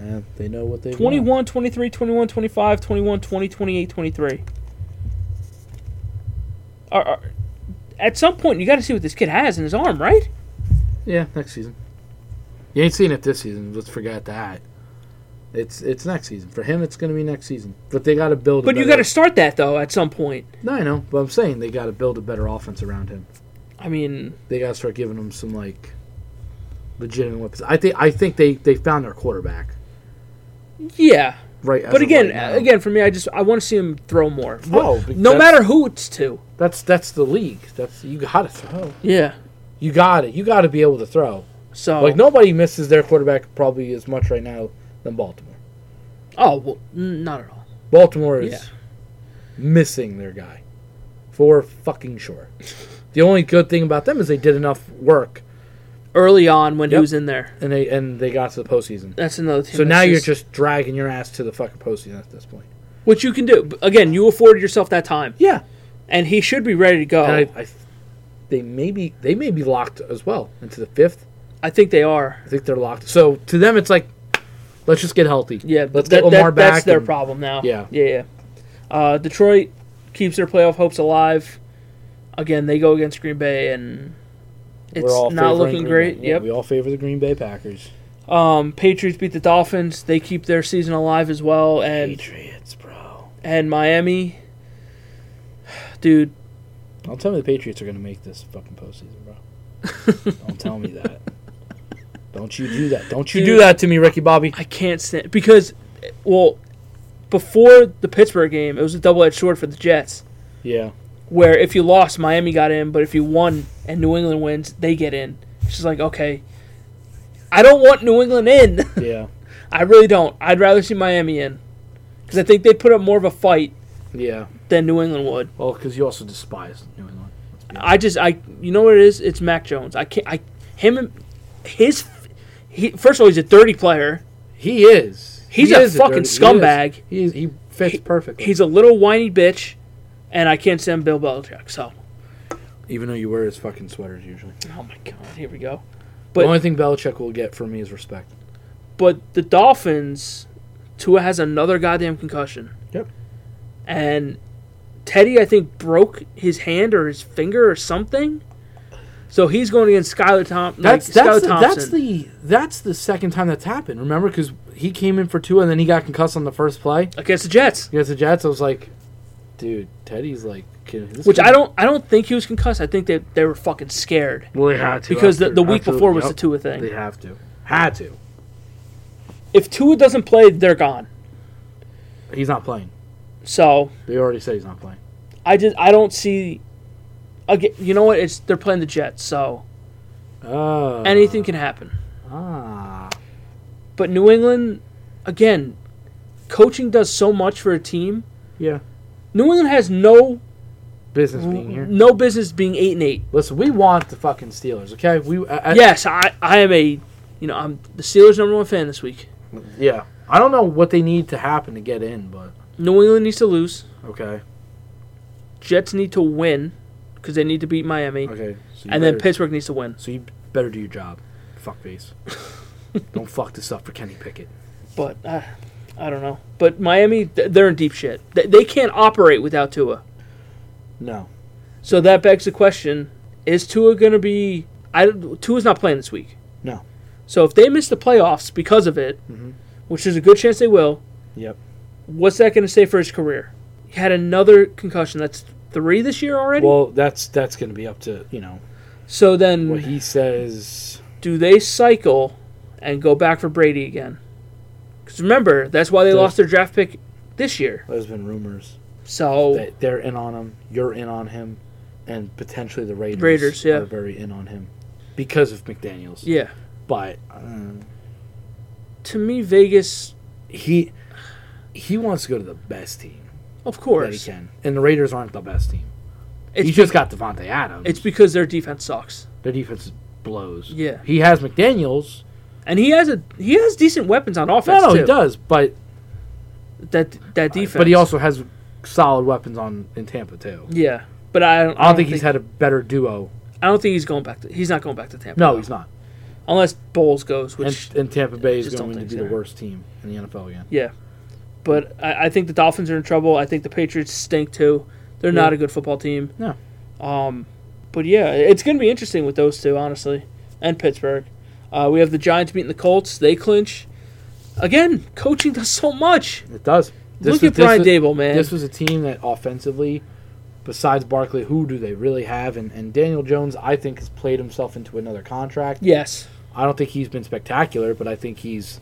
S1: Eh, they know what they want.
S2: 21, 23, 21, 25, 21, 20, 28, 23. Are- are- at some point, you got to see what this kid has in his arm, right?
S1: Yeah, next season. You ain't seen it this season. Let's forget that. It's it's next season for him. It's gonna be next season. But they got to build.
S2: But
S1: a
S2: you got
S1: better-
S2: to start that though at some point.
S1: No, I know. But I'm saying they got to build a better offense around him.
S2: I mean,
S1: They got to start giving him some like legitimate weapons. I think I think they they found their quarterback.
S2: yeah.
S1: Right. as
S2: But
S1: of
S2: again,
S1: right now.
S2: again, for me, I just I want to see him throw more.
S1: Oh,
S2: no
S1: that's-
S2: matter who it's to.
S1: that's that's the league. That's you got to throw.
S2: Yeah.
S1: You got it. You got to be able to throw.
S2: So
S1: Like nobody misses their quarterback probably as much right now than Baltimore.
S2: Oh well, n- not at all.
S1: Baltimore is
S2: Yeah.
S1: missing their guy for fucking sure. the only good thing about them is they did enough work
S2: Early on when he
S1: Yep.
S2: was in there,
S1: and they and they got to the postseason.
S2: that's another team.
S1: So
S2: that's
S1: now you're just dragging your ass to the fucking postseason at this point.
S2: which you can do. But Again, you afforded yourself that time,
S1: Yeah,
S2: and he should be ready to go.
S1: and
S2: I,
S1: I, I they may be they may be locked as well into the fifth.
S2: think they are.
S1: I think they're locked. So to them, it's like let's just get healthy.
S2: Yeah, but
S1: let's
S2: that,
S1: get Lamar
S2: that,
S1: back.
S2: That's their
S1: and-
S2: problem now.
S1: Yeah.
S2: yeah, yeah. Uh, Detroit keeps their playoff hopes alive. Again, they go against Green Bay, and it's
S1: We're all
S2: not
S1: favoring
S2: looking
S1: Green
S2: great.
S1: Bay. Yeah,
S2: Yep.
S1: we all favor the Green Bay Packers.
S2: Um, Patriots beat the Dolphins. They keep their season alive as well, and
S1: Patriots, bro.
S2: and Miami, dude,
S1: Don't tell me the Patriots are going to make this fucking postseason, bro. Don't tell me that. Don't you do that. Don't you do
S2: Dude.
S1: that to me, Ricky Bobby.
S2: I can't stand because, well, before the Pittsburgh game, it was a double edged sword for the Jets.
S1: Yeah.
S2: Where if you lost, Miami got in, but if you won and New England wins, they get in. It's just like okay, I don't want New England in.
S1: Yeah.
S2: I really don't. I'd rather see Miami in because I think they put up more of a fight
S1: Yeah.
S2: than New England would.
S1: Well, because you also despise New England. Let's be honest.
S2: I just I you know what it is? It's Mac Jones. I can't I him and his he first of all he's a dirty player.
S1: He is.
S2: He's
S1: He
S2: a
S1: is
S2: fucking
S1: dirty-
S2: scumbag.
S1: He, is. he, is- he fits perfectly.
S2: He's a little whiny bitch. and I can't send Bill Belichick. So,
S1: Even though you wear his fucking sweaters usually.
S2: oh my god, here we go.
S1: the
S2: But-
S1: only thing Belichick will get from me is respect.
S2: But the Dolphins, Tua has another goddamn concussion.
S1: Yep.
S2: And Teddy, I think, broke his hand or his finger or something. So he's going against Skylar Tom-
S1: That's
S2: like,
S1: that's
S2: Skylar
S1: the,
S2: Thompson.
S1: that's the that's the second time that's happened. Remember, because he came in for two and then he got concussed on the first play
S2: against the Jets.
S1: against the Jets. I was like, dude, Teddy's like, kid, this
S2: Which
S1: kid-
S2: I don't I don't think he was concussed. I think they, they were fucking scared.
S1: Well, they had to
S2: Because the,
S1: after-
S2: the week
S1: after-
S2: before was
S1: yep,
S2: the Tua thing.
S1: They have to, had to.
S2: If Tua doesn't play, they're gone.
S1: He's not playing.
S2: So
S1: They already said he's not playing.
S2: I just I don't see again, you know what? It's they're playing the Jets, so
S1: Oh,
S2: anything can happen.
S1: Ah,
S2: But New England, again, coaching does so much for a team.
S1: yeah.
S2: New England has no
S1: Business being here.
S2: no business being eight and eight.
S1: Listen, we want the fucking Steelers, okay? We uh, I, I-
S2: Yes, I, I am a you know I'm the Steelers number one fan this week.
S1: yeah. I don't know what they need to happen to get in, but
S2: New England needs to lose.
S1: okay,
S2: Jets need to win because they need to beat Miami,
S1: okay. So you
S2: and then
S1: better-
S2: Pittsburgh needs to win.
S1: So you better do your job, fuckface. don't fuck this up for Kenny Pickett.
S2: But uh, I don't know. But Miami, th- they're in deep shit. They, they can't operate without Tua.
S1: No,
S2: So that begs the question: Is Tua going to be? I don't- Tua's not playing this week.
S1: no. Mm-hmm.
S2: So if they miss the playoffs because of it, which is a good chance they will,
S1: Yep.
S2: what's that going to say for his career? He had another concussion. That's three this year already.
S1: Well, that's that's gonna be up to you know
S2: so then,
S1: what he says.
S2: do they cycle and go back for Brady again? Because remember, that's why they
S1: The-
S2: lost their draft pick this year.
S1: There's been rumors
S2: So
S1: that they're in on him, you're in on him, and potentially the Raiders,
S2: Raiders, yeah.
S1: are very in on him because of McDaniel's.
S2: yeah,
S1: But uh,
S2: to me, Vegas,
S1: he he wants to go to the best team
S2: of
S1: that he
S2: course,
S1: can, and the Raiders aren't the best team.
S2: It's
S1: He's just got Devontae Adams.
S2: it's because their defense sucks,
S1: their defense blows.
S2: Yeah.
S1: he has McDaniel's.
S2: and he has a he has decent weapons on
S1: No,
S2: offense
S1: no,
S2: too.
S1: he does, but
S2: That that defense,
S1: but he also has solid weapons on in Tampa too.
S2: yeah. But I don't,
S1: I don't think he's had a better duo.
S2: I don't think he's going back to. He's not going back to Tampa.
S1: No,
S2: though.
S1: he's not.
S2: unless Bowles goes,
S1: And,
S2: which
S1: and Tampa Bay is
S2: just don't
S1: going to
S2: think
S1: be
S2: so.
S1: the worst team in the NFL again.
S2: yeah. But I, I think the Dolphins are in trouble. I think the Patriots stink too. They're not
S1: Yeah.
S2: a good football team.
S1: No.
S2: Um, but yeah, it's going to be interesting with those two, honestly, and Pittsburgh. Uh, we have the Giants beating the Colts. They clinch. Again, coaching does so much.
S1: It does.
S2: Look
S1: was-
S2: at Brian
S1: was-
S2: Dable, man.
S1: This was a team that offensively, besides Barkley, who do they really have? And, and Daniel Jones, I think, has played himself into another contract.
S2: yes,
S1: I don't think he's been spectacular, but I think he's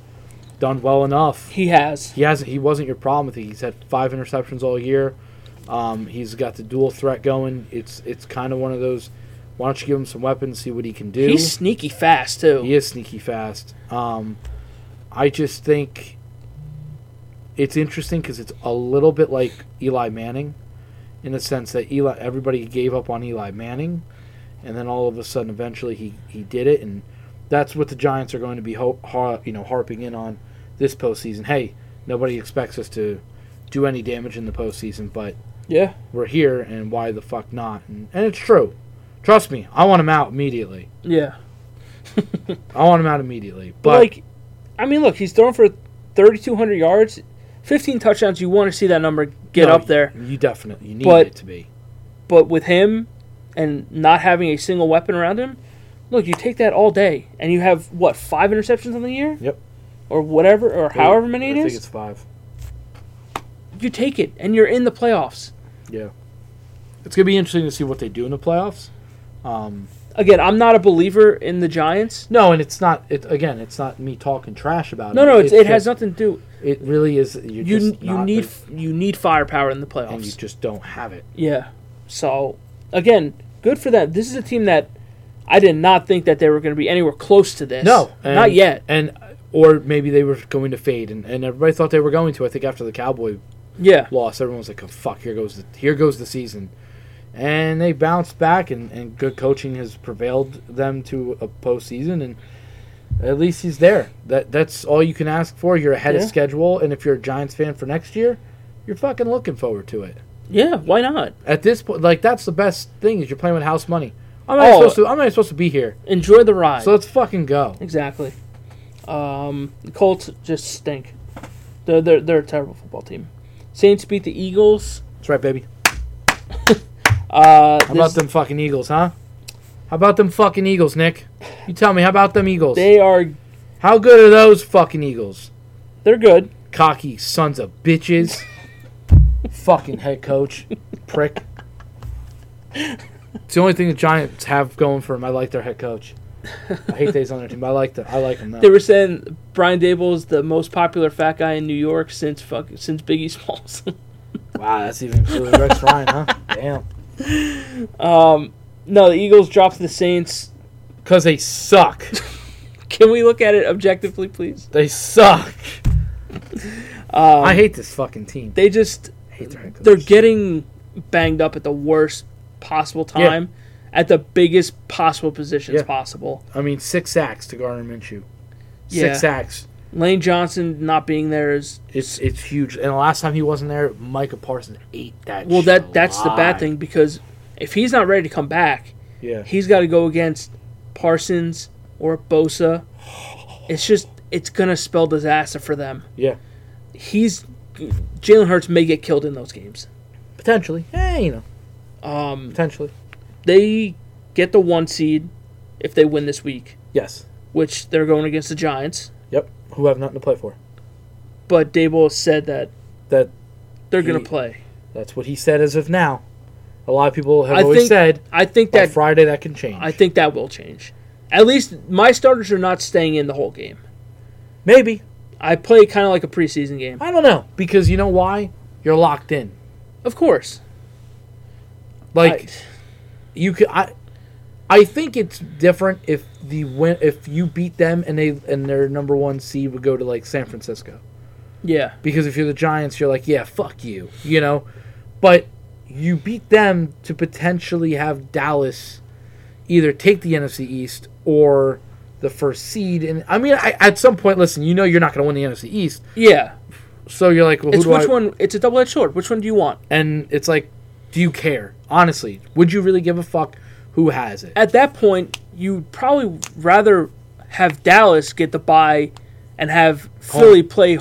S1: done well enough.
S2: he has.
S1: He hasn't. He wasn't your problem. I think he's had five interceptions all year. Um, he's got the dual threat going. It's it's kind of one of those. Why don't you give him some weapons, see what he can do?
S2: He's sneaky fast too.
S1: He is sneaky fast. Um, I just think it's interesting because it's a little bit like Eli Manning, in the sense that Eli everybody gave up on Eli Manning, and then all of a sudden, eventually he he did it, and that's what the Giants are going to be ho- har- you know harping in on this postseason. Hey, nobody expects us to do any damage in the postseason, but
S2: Yeah.
S1: we're here, and why the fuck not? And, and it's true. Trust me, I want him out immediately.
S2: Yeah.
S1: I want him out immediately.
S2: But,
S1: But
S2: like, I mean, look, he's thrown for 3,200 yards, 15 touchdowns. You want to see that number get
S1: No,
S2: up there.
S1: You definitely you need
S2: But-
S1: it to be.
S2: But with him and not having a single weapon around him, look, you take that all day, and you have what five interceptions on the year?
S1: Yep.
S2: Or whatever, or however many
S1: I
S2: it
S1: think
S2: is,
S1: it's five.
S2: you take it, and you're in the playoffs.
S1: Yeah. It's gonna be interesting to see what they do in the playoffs. Um,
S2: Again, I'm not a believer in the Giants.
S1: no, and it's not. It again, it's not me talking trash about
S2: No,
S1: it.
S2: no, it's, it has
S1: just-
S2: nothing to do.
S1: It really is. You're
S2: You
S1: just
S2: you
S1: not
S2: need
S1: the-
S2: f- you need firepower in the
S1: and you
S2: playoffs.
S1: just don't have it.
S2: Yeah. So again, good for them. This is a team that I did not think that they were going to be anywhere close to this.
S1: No,
S2: not
S1: and-
S2: yet.
S1: And or maybe they were going to fade, and, and everybody thought they were going to. I think after the Cowboy
S2: Yeah.
S1: loss, everyone was like, oh, "Fuck, here goes the here goes the season," and they bounced back, and, and good coaching has prevailed them to a postseason, and at least he's there. That that's all you can ask for. You're ahead
S2: Yeah.
S1: of schedule, and if you're a Giants fan for next year, you're fucking looking forward to it.
S2: Yeah, why not?
S1: At this point, like that's the best thing is you're playing with house money. I'm not
S2: Oh.
S1: supposed to. I'm not supposed to be here.
S2: Enjoy the ride.
S1: So let's fucking go.
S2: exactly. Um, the Colts just stink. They're, they're they're a terrible football team. Saints beat the Eagles.
S1: That's right, baby.
S2: Uh,
S1: How about
S2: this-
S1: them fucking Eagles, huh? How about them fucking Eagles, Nick? You tell me. How about them Eagles?
S2: they are
S1: How good are those fucking Eagles?
S2: they're good.
S1: Cocky sons of bitches. fucking head coach, prick. It's the only thing the Giants have going for them. I like their head coach. I hate that he's on their team, but I like the I like him though.
S2: They were saying Brian Dable is the most popular fat guy in New York since fuck since Biggie Smalls.
S1: Wow, that's even cooler. than Rex Ryan, huh? Damn.
S2: um, no, the Eagles dropped the Saints.
S1: Because they suck.
S2: Can we look at it objectively, please?
S1: They suck.
S2: Um,
S1: I hate this fucking team.
S2: they just
S1: I hate their head coach.
S2: they're getting banged up at the worst possible
S1: Yeah.
S2: time, at the biggest possible positions
S1: Yeah.
S2: possible.
S1: I mean, six sacks to Garner Minshew.
S2: Yeah.
S1: Six sacks.
S2: Lane Johnson not being there is
S1: It's it's huge. And the last time he wasn't there, Micah Parsons ate that.
S2: well.
S1: shit
S2: That that's the bad
S1: alive.
S2: thing because if he's not ready to come back,
S1: Yeah.
S2: he's got to go against Parsons or Bosa. It's just it's gonna spell disaster for them.
S1: Yeah.
S2: He's Jalen Hurts may get killed in those games.
S1: Potentially. Hey, you know.
S2: Um,
S1: Potentially.
S2: they get the one seed if they win this week,
S1: Yes.
S2: which they're going against the Giants.
S1: Yep. Who have nothing to play for.
S2: But Dable said that
S1: That
S2: they're going
S1: He-
S2: to play.
S1: that's what he said as of now. A lot of people have
S2: I
S1: always
S2: think
S1: said
S2: I think
S1: by
S2: that
S1: Friday that can change.
S2: I think that will change. At least my starters are not staying in the whole game.
S1: maybe.
S2: I play kind of like a preseason game.
S1: I don't know. Because you know why? You're locked in.
S2: Of course.
S1: Like
S2: I-
S1: you could I I think it's different if the win if you beat them and they and their number one seed would go to like San Francisco
S2: yeah.
S1: because if you're the Giants you're like yeah fuck you you know but you beat them to potentially have Dallas either take the NFC East or the first seed and I mean I, at some point listen you know you're not going to win the NFC East
S2: Yeah.
S1: so you're like well who
S2: It's
S1: do
S2: which
S1: I
S2: one it's a double-edged sword. Which one do you want?
S1: and it's like do you care honestly would you really give a fuck who has it
S2: At that point, you'd probably rather have Dallas get the bye and have Philly play h-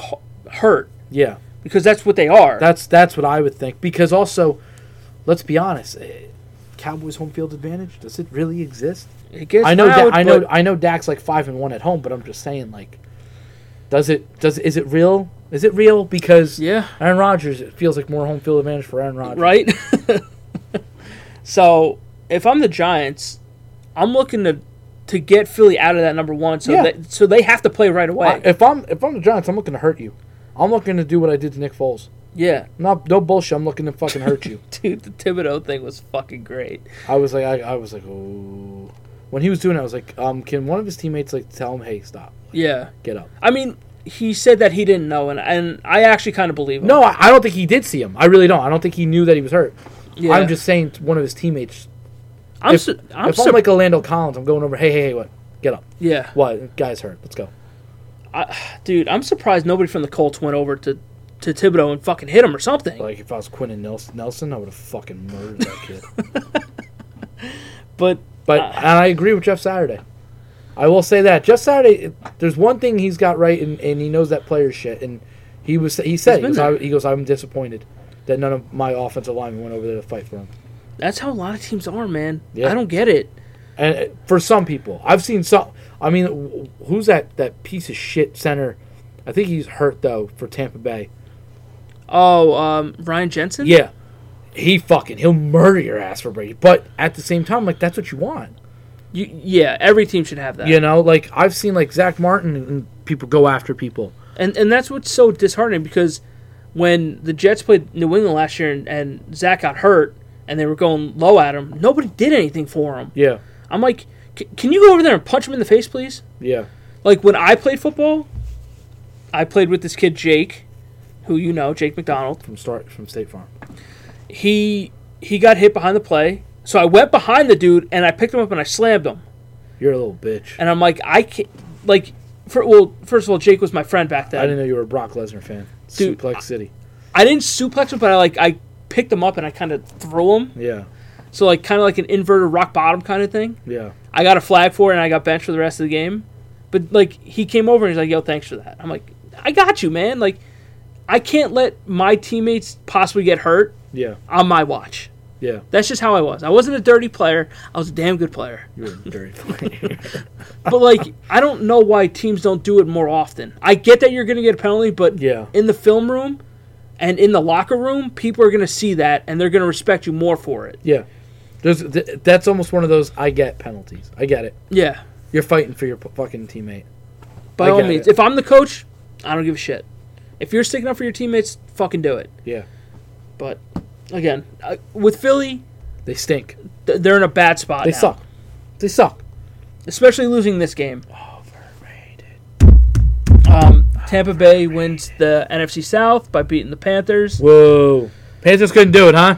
S2: hurt
S1: yeah
S2: because that's what they are.
S1: That's that's what I would think because also, let's be honest, eh, Cowboys home field advantage does it really exist?
S2: I guess
S1: I know
S2: now,
S1: Da- I know
S2: but
S1: I know Dak's like five and one at home, but I'm just saying like, does it does is it real? Is it real? Because
S2: Yeah.
S1: Aaron Rodgers it feels like more home field advantage for Aaron Rodgers.
S2: right? so if I'm the Giants, I'm looking to to get Philly out of that number one. So
S1: Yeah.
S2: that, so they have to play right away.
S1: I- if I'm if I'm the Giants, I'm looking to hurt you. I'm looking to do what I did to Nick Foles.
S2: yeah,
S1: Not no bullshit. I'm looking to fucking hurt you.
S2: dude, the Thibodeau thing was fucking great.
S1: I was like I, I was like oh. When he was doing it, I was like, um, can one of his teammates like tell him, hey, stop,
S2: Yeah,
S1: get up?
S2: I mean, he said that he didn't know, and and I actually kind of believe him.
S1: No, I, I don't think he did see him. I really don't. I don't think he knew that he was hurt.
S2: yeah.
S1: I'm just saying t- one of his teammates.
S2: I'm
S1: if-
S2: su- I'm,
S1: if
S2: sur-
S1: I'm like Orlando Collins, I'm going over. Hey, hey, hey, what? Get up.
S2: yeah,
S1: What? Guy's hurt. Let's go.
S2: dude, I'm surprised nobody from the Colts went over to to Thibodeau and fucking hit him or something.
S1: Like if I was Quinn and Nelson, Nelson, I would have fucking murdered that kid.
S2: but
S1: But and I agree with Jeff Saturday. I will say that Jeff Saturday. There's one thing he's got right, and, and he knows that player shit. And he was he said he
S2: He's been
S1: goes,
S2: there.
S1: I, he goes I'm disappointed that none of my offensive linemen went over there to fight for him.
S2: that's how a lot of teams are, man.
S1: Yeah.
S2: I don't get it.
S1: and uh, for some people, I've seen some. I mean, w- who's that? That piece of shit center. I think he's hurt though for Tampa Bay.
S2: Oh, um, Ryan Jensen.
S1: Yeah, he fucking he'll murder your ass for Brady. But at the same time, like that's what you want.
S2: You, yeah, every team should have that.
S1: You know, like I've seen like Zach Martin and people go after people.
S2: And and that's what's so disheartening because when the Jets played New England last year and, and Zach got hurt and they were going low at him, nobody did anything for him.
S1: Yeah,
S2: I'm like, "C- can you go over there and punch him in the face, please?
S1: yeah,
S2: Like when I played football, I played with this kid Jake, who you know, Jake McDonald.
S1: from start from State Farm.
S2: He he got hit behind the play, so I went behind the dude and I picked him up and I slammed him.
S1: You're a little bitch.
S2: And I'm like, I can't like. For, well, first of all, Jake was my friend back then.
S1: I didn't know you were a Brock Lesnar fan.
S2: Dude,
S1: Suplex City.
S2: I didn't suplex him, but I like I pick them up and I kind of throw them.
S1: Yeah.
S2: So like kind of like an inverted rock bottom kind of thing.
S1: Yeah.
S2: I got a flag for it and I got benched for the rest of the game. But like he came over and he's like, "Yo, thanks for that." I'm like, "I got you, man." Like I can't let my teammates possibly get hurt
S1: Yeah.
S2: on my watch.
S1: Yeah.
S2: That's just how I was. I wasn't a dirty player. I was a damn good player.
S1: You're a dirty player.
S2: But like I don't know why teams don't do it more often. I get that you're going to get a penalty, but
S1: Yeah.
S2: in the film room and in the locker room, people are going to see that and they're going to respect you more for it.
S1: Yeah. There's, th- that's almost one of those I get penalties. I get it.
S2: Yeah.
S1: You're fighting for your p- fucking teammate.
S2: By
S1: I
S2: all
S1: get
S2: means,
S1: it.
S2: if I'm the coach, I don't give a shit. If you're sticking up for your teammates, fucking do it.
S1: Yeah.
S2: But again, uh, with Philly,
S1: They stink.
S2: th- they're in a bad spot.
S1: They
S2: now.
S1: suck. They suck.
S2: especially losing this game. Um, Tampa Bay wins the NFC South by beating the Panthers.
S1: Whoa. Panthers couldn't do it, huh?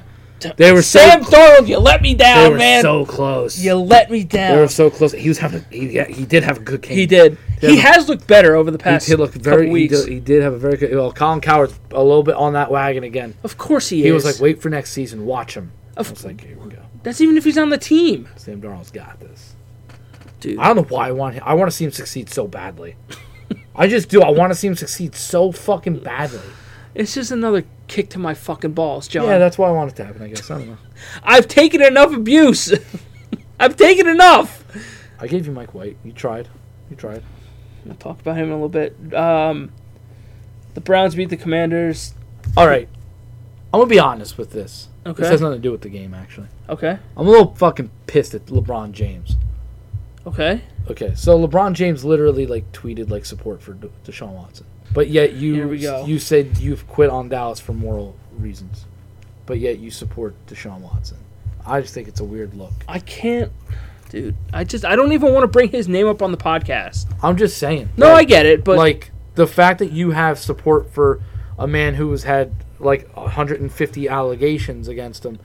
S1: They were so-
S2: Sam Darnold, you let me down,
S1: They were
S2: man.
S1: so close.
S2: you let me
S1: They were
S2: down.
S1: so close. He was having. He, yeah, he did have a good game.
S2: He did.
S1: They
S2: He
S1: were-
S2: has looked better over the
S1: He
S2: past
S1: did look very.
S2: couple
S1: He
S2: weeks.
S1: did, he did have a very good. Well, Colin Coward's a little bit on that wagon again.
S2: Of course he,
S1: He
S2: is.
S1: was like, "Wait for next season. Watch him."
S2: Of-
S1: I was like, "Here we go.
S2: That's even if he's on the team,
S1: Sam Darnold's got this."
S2: dude.
S1: I don't know why I want him. I want to see him succeed so badly. I just do. I want to see him succeed so fucking badly.
S2: It's just another kick to my fucking balls, John.
S1: Yeah, that's why I want it to happen. I guess I don't know.
S2: I've taken enough abuse. I've taken enough.
S1: I gave you Mike White. You tried. You tried.
S2: We'll talk about him in a little bit. Um, the Browns beat the Commanders.
S1: All right. I'm gonna be honest with this.
S2: Okay.
S1: This has nothing to do with the game, actually.
S2: Okay.
S1: I'm a little fucking pissed at LeBron James.
S2: Okay.
S1: Okay, so LeBron James literally like tweeted like support for De- Deshaun Watson, but yet
S2: Here
S1: you
S2: we go.
S1: you said you've quit on Dallas for moral reasons, but yet you support Deshaun Watson. I just think it's a weird look.
S2: I can't, dude. I just I don't even want to bring his name up on the podcast.
S1: I'm just saying.
S2: No, I get it, but
S1: like the fact that you have support for a man who has had like 150 allegations against him.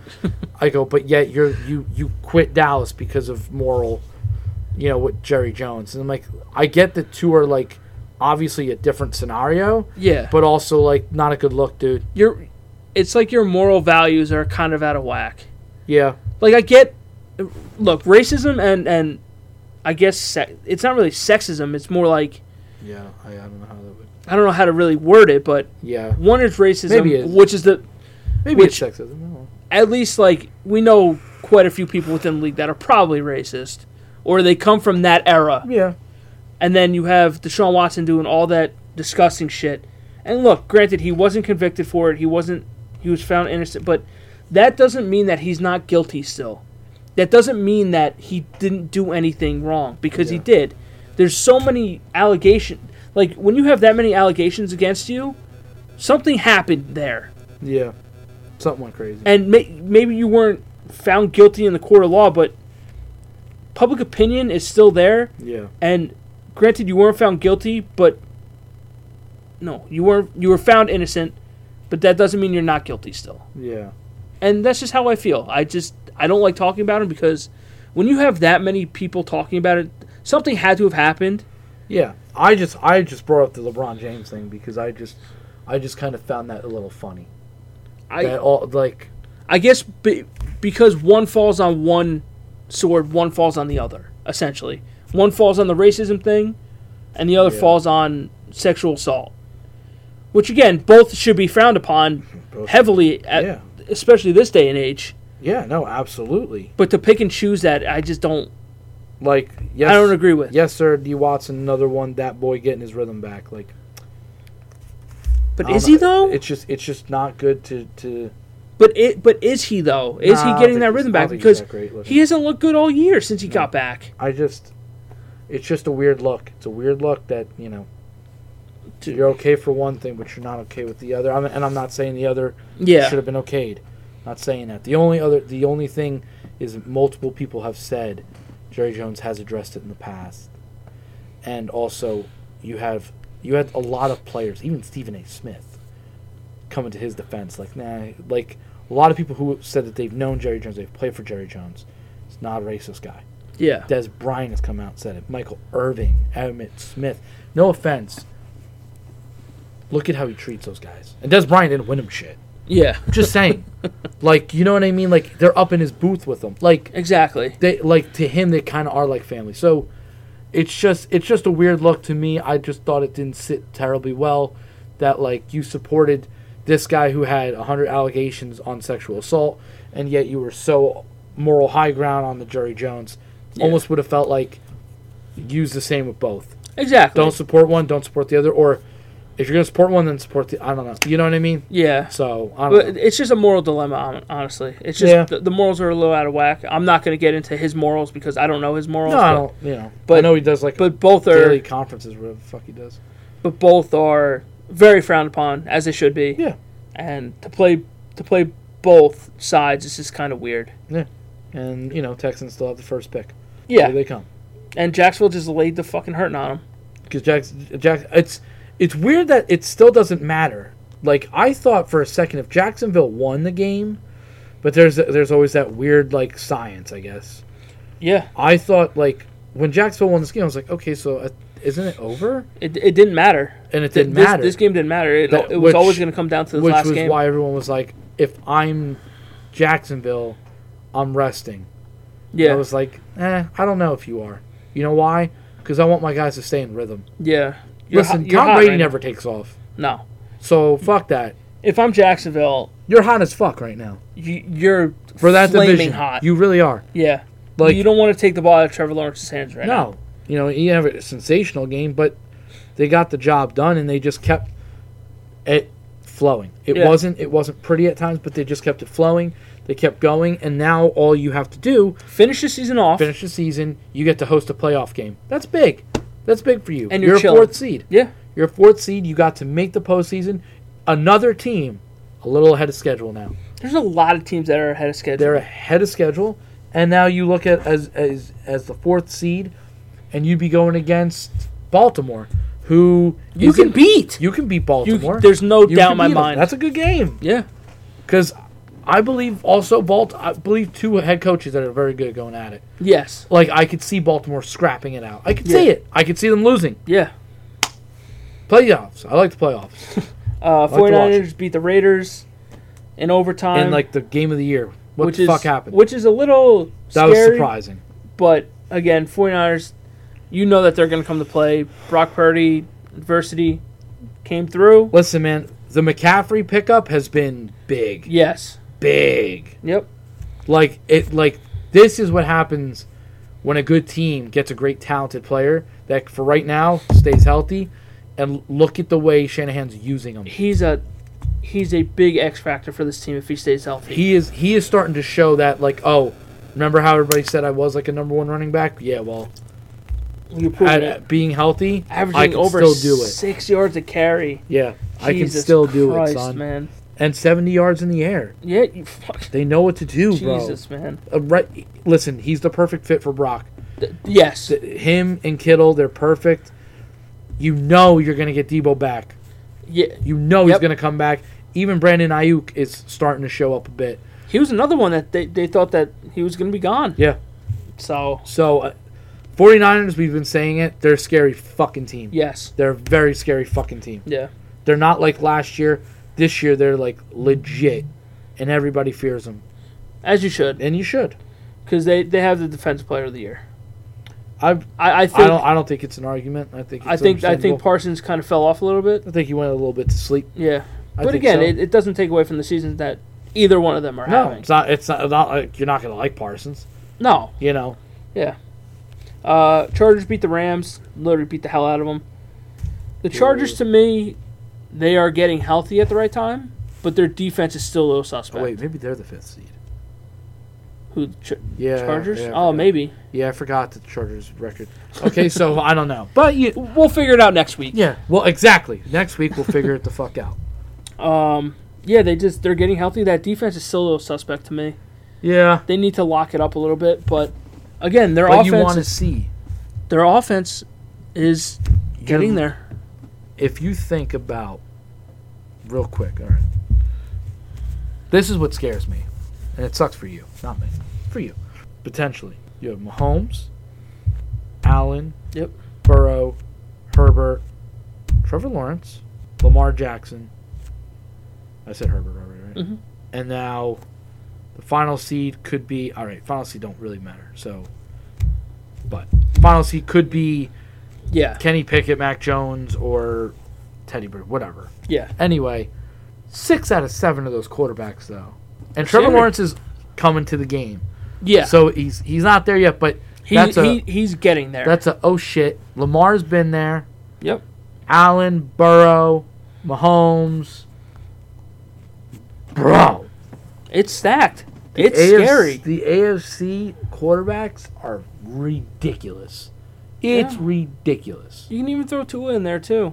S1: I go, but yet you're you you quit Dallas because of moral, you know, with Jerry Jones, and I'm like, I get the two are like obviously a different scenario,
S2: yeah, but
S1: but also like not a good look, dude.
S2: you're. It's like your moral values are kind of out of whack.
S1: Yeah,
S2: Like I get, look, racism and and I guess se- it's not really sexism. It's more like
S1: yeah, I, I don't know how that would.
S2: I don't know how to really word it, but
S1: Yeah,
S2: one is racism,
S1: Maybe it is.
S2: which is the
S1: maybe
S2: Which-
S1: it's sexism. I don't know.
S2: at least like we know quite a few people within the league that are probably racist, or they come from that era.
S1: Yeah,
S2: and then you have Deshaun Watson doing all that disgusting shit. And look, granted, he wasn't convicted for it. He wasn't. He was found innocent, but that doesn't mean that he's not guilty still. That doesn't mean that he didn't do anything wrong because he
S1: Yeah.
S2: did. There's so many allegations. Like when you have that many allegations against you, something happened there,
S1: yeah, something went crazy.
S2: and may- maybe you weren't found guilty in the court of law, but public opinion is still there.
S1: yeah,
S2: And granted, you weren't found guilty, but no, you weren't. You were found innocent, but that doesn't mean you're not guilty still.
S1: yeah,
S2: And that's just how I feel. I just I don't like talking about him because when you have that many people talking about it, something had to have happened.
S1: yeah. I just I just brought up the LeBron James thing because I just I just kind of found that a little funny.
S2: I
S1: that all like
S2: I guess be, because one falls on one sword, one falls on the other. Essentially, one falls on the racism thing, and the other
S1: Yeah.
S2: falls on sexual assault. Which again, both should be frowned upon
S1: Both-
S2: heavily, at,
S1: Yeah.
S2: especially this day and age.
S1: yeah, no, absolutely.
S2: But to pick and choose that, I just don't.
S1: Like yes,
S2: I don't agree with.
S1: Yes, sir. D Watson, another one. That boy getting his rhythm back. Like,
S2: But
S1: I
S2: is
S1: don't
S2: he
S1: know.
S2: though?
S1: It's just it's just not good to to.
S2: but it. But is he though? Is
S1: Nah, I
S2: he
S1: don't
S2: getting
S1: think
S2: that
S1: he's-
S2: rhythm
S1: I
S2: back?
S1: don't think he's
S2: Because
S1: that great. Listen,
S2: he hasn't looked good all year since he got back.
S1: I just, it's just a weird look. It's a weird look that you know.
S2: Dude.
S1: You're okay for one thing, but you're not okay with the other. I'm, and I'm not saying the other
S2: Yeah.
S1: should have been okayed. Not saying that. The only other, the only thing is multiple people have said Jerry Jones has addressed it in the past, and also you have you had a lot of players, even Stephen A. Smith, coming to his defense. Like nah, like a lot of people who said that they've known Jerry Jones, they've played for Jerry Jones. It's not a racist guy.
S2: Yeah.
S1: Des Bryant has come out and said it. Michael Irving, Emmett Smith. No offense. Look at how he treats those guys. And Des Bryant didn't win him shit.
S2: Yeah.
S1: Just saying. like, you know what I mean? Like they're up in his booth with him. Like
S2: Exactly.
S1: they like to him they kind of are like family. So it's just it's just a weird look to me. I just thought it didn't sit terribly well that like you supported this guy who had 100 allegations on sexual assault and yet you were so moral high ground on the Jerry Jones.
S2: Yeah.
S1: Almost would have felt like use the same with both.
S2: Exactly.
S1: Don't support one, don't support the other or if you're going to support one then support the I don't know. You know what I mean?
S2: yeah.
S1: So, I don't know.
S2: But it's just a moral dilemma, hon- honestly. It's just
S1: Yeah.
S2: the, the morals are a little out of whack. I'm not going to get into his morals because I don't know his morals.
S1: No, I
S2: but,
S1: don't. You know, but
S2: but-
S1: I know he does like
S2: but both are,
S1: daily conferences, whatever the fuck he does.
S2: but both are very frowned upon as they should be.
S1: Yeah.
S2: And to play to play both sides is just kind of weird.
S1: And you know, Texans still have the first pick.
S2: Yeah.
S1: Here they come
S2: And Jacksonville just laid the fucking hurting on him.
S1: because Jack's Jack. It's it's weird that it still doesn't matter. Like I thought for a second, if Jacksonville won the game, but there's there's always that weird like science, I guess.
S2: Yeah.
S1: I thought like when Jacksonville won this game, I was like, okay, so uh, isn't it over?
S2: It, it didn't matter.
S1: And it
S2: Th-
S1: didn't
S2: this,
S1: matter.
S2: This game didn't matter. It,
S1: That-
S2: it
S1: which-
S2: was always going to come down to this
S1: which
S2: last
S1: was
S2: game.
S1: why everyone was like, if I'm Jacksonville, I'm resting. I
S2: yeah.
S1: was like, eh, I don't know if you are. You know why? Because I want my guys to stay in rhythm.
S2: yeah.
S1: Listen,
S2: hot-
S1: Tom
S2: hot
S1: Brady
S2: right now.
S1: never takes off.
S2: No.
S1: So fuck that.
S2: If I'm Jacksonville,
S1: You're hot as fuck right now.
S2: you, you're
S1: For that
S2: flaming
S1: division.
S2: hot.
S1: You really are.
S2: yeah.
S1: Like-
S2: you don't want to take the ball out of Trevor Lawrence's hands right now.
S1: No. You know, you have a sensational game, but they got the job done and they just kept it flowing. It
S2: Yeah.
S1: wasn't it wasn't pretty at times, but they just kept it flowing. They kept going and now all you have to do,
S2: Finish the season off.
S1: finish the season, you get to host a playoff game. That's big. That's big for you.
S2: And you're
S1: a
S2: chilling.
S1: fourth seed.
S2: Yeah.
S1: You're a fourth seed. You got to make the postseason. Another team, a little ahead of schedule now.
S2: There's a lot of teams that are ahead of schedule.
S1: They're ahead of schedule, and now you look at as as as the fourth seed, and you'd be going against Baltimore, who
S2: you
S1: isn't-
S2: can beat.
S1: you can beat
S2: You,
S1: Baltimore.
S2: there's no
S1: You
S2: doubt
S1: can
S2: in my
S1: beat 'em.
S2: mind.
S1: That's a good game
S2: yeah.
S1: because I believe also Balt. I believe two head coaches that are very good going at it.
S2: Yes.
S1: Like I could see Baltimore scrapping it out. I could
S2: Yeah.
S1: see it. I could see them losing
S2: Yeah.
S1: playoffs. I like the playoffs.
S2: Uh,
S1: to watch
S2: 49ers beat the Raiders in overtime.
S1: and like the game of the year. What
S2: which
S1: the
S2: is,
S1: fuck happened?
S2: Which is a little
S1: that
S2: scary,
S1: was surprising.
S2: But again, 49ers, you know that they're going to come to play. Brock Purdy, adversity came through.
S1: Listen, man, the McCaffrey pickup has been big,
S2: Yes.
S1: big.
S2: Yep.
S1: Like it, like this is what happens when a good team gets a great talented player that, for right now, stays healthy. And look at the way Shanahan's using him.
S2: He's a he's a big X factor for this team if he stays healthy.
S1: He is he is starting to show that like oh, remember how everybody said I was like a number one running back? Yeah, well,
S2: You prove
S1: at,
S2: it.
S1: being healthy, I
S2: Averaging
S1: can
S2: over
S1: still do it.
S2: six yards a carry.
S1: Yeah, I can
S2: Jesus
S1: still do
S2: Christ,
S1: it, son.
S2: man.
S1: And seventy yards in the air.
S2: Yeah, you fuck.
S1: They know what to do, bro.
S2: Jesus, man.
S1: Uh, right, listen, he's the perfect fit for Brock.
S2: Th- yes.
S1: Him and Kittle, they're perfect. You know you're going to get Debo back.
S2: yeah.
S1: You know he's
S2: Yep.
S1: going to come back. Even Brandon Ayuk is starting to show up a bit.
S2: He was another one that they, they thought that he was going to be gone.
S1: Yeah.
S2: So,
S1: So, uh, 49ers, we've been saying it, they're a scary fucking team.
S2: yes.
S1: They're a very scary fucking team.
S2: Yeah.
S1: They're not like last year. This year, they're like legit, and everybody fears them.
S2: As you should.
S1: And you should.
S2: Because they, they have the defensive player of the year.
S1: I,
S2: I, I
S1: I
S2: think
S1: don't. I don't think it's an argument. I think. It's
S2: I think I think
S1: understandable.
S2: Parsons kind of fell off a little bit.
S1: I think he went a little bit to sleep.
S2: Yeah,
S1: I
S2: but
S1: think
S2: again,
S1: so.
S2: it, it doesn't take away from the seasons that either one of them are
S1: No,
S2: having.
S1: it's not. It's not, not like you're not gonna like Parsons.
S2: No,
S1: You know,
S2: yeah. Uh, Chargers beat the Rams. Literally beat the hell out of them. The Chargers,
S1: Ooh.
S2: to me, they are getting healthy at the right time, but their defense is still a little suspect.
S1: Oh, wait, maybe they're the fifth seed.
S2: Who the Ch-
S1: Yeah,
S2: Chargers?
S1: yeah, I
S2: oh,
S1: forgot.
S2: maybe
S1: Yeah, I forgot the Chargers record. Okay, so I don't know, but you,
S2: we'll figure it out next week.
S1: yeah, well, exactly. Next week we'll figure it the fuck out.
S2: Um, yeah, they just they're getting healthy. That defense is still a little suspect to me.
S1: Yeah,
S2: They need to lock it up a little bit, but again, their
S1: but
S2: offense
S1: you want to
S2: is-
S1: see
S2: their offense is getting there.
S1: if you think about real quick. All right, this is what scares me, and it sucks for you, not me, for you. Potentially, you have Mahomes, Allen,
S2: Yep.
S1: Burrow, Herbert, Trevor Lawrence, Lamar Jackson. I said Herbert already, right?
S2: Mhm.
S1: And now the final seed could be all right, final seed don't really matter. So but final seed could be
S2: Yeah.
S1: Kenny Pickett, Mac Jones or Teddy Bird, whatever.
S2: Yeah.
S1: Anyway, 6 out of 7 of those quarterbacks though. And Trevor
S2: Henry.
S1: Lawrence is coming to the game.
S2: Yeah.
S1: So he's he's not there yet, but
S2: he,
S1: that's a
S2: he he's getting there.
S1: that's a oh shit. Lamar's been there.
S2: yep.
S1: Allen, Burrow, Mahomes. Bro,
S2: It's stacked. It's
S1: AFC
S2: scary.
S1: The AFC quarterbacks are ridiculous. It's
S2: Yeah.
S1: ridiculous.
S2: You can even throw Tua in there too.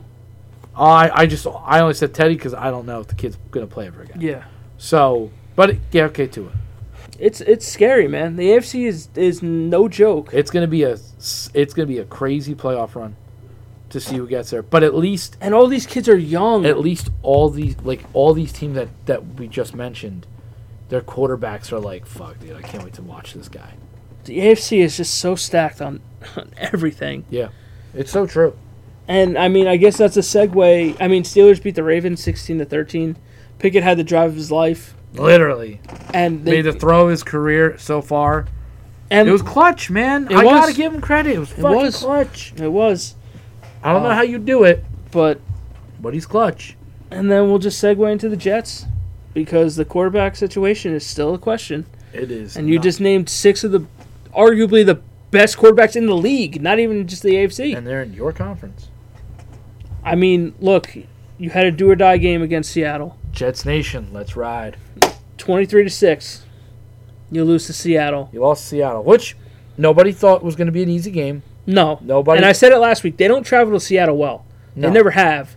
S1: I I just I only said Teddy because I don't know if the kid's gonna play ever again.
S2: Yeah.
S1: So, but yeah, okay, Tua.
S2: It's it's scary, man. The AFC is is no joke.
S1: It's gonna be a s- it's gonna be a crazy playoff run to see who gets there. But at least
S2: and all these kids are young.
S1: at least all these like all these teams that that we just mentioned, their quarterbacks are like fuck, dude. I can't wait to watch this guy.
S2: the AFC is just so stacked on, on everything.
S1: Yeah, it's so true.
S2: And I mean, I guess that's a segue. I mean, Steelers beat the Ravens sixteen to thirteen. Pickett had the drive of his life,
S1: Literally
S2: and they
S1: made the throw of his career so far.
S2: and
S1: It was clutch, man.
S2: It
S1: I
S2: was.
S1: gotta give him credit. It was Oh. fucking
S2: was.
S1: clutch.
S2: it was,
S1: I don't know how you do it,
S2: but
S1: but he's clutch.
S2: and then we'll just segue into the Jets because the quarterback situation is still a question.
S1: It is.
S2: And you
S1: not-
S2: just named six of the arguably the best quarterbacks in the league, not even just the AFC.
S1: and they're in your conference,
S2: I mean, look, you had a do or die game against Seattle,
S1: Jets Nation. Let's ride.
S2: twenty-three to six. You lose to Seattle.
S1: You lost to Seattle, which nobody thought was gonna be an easy game.
S2: No,
S1: Nobody-
S2: And I said it last week. They don't travel to Seattle well.
S1: No.
S2: They never have.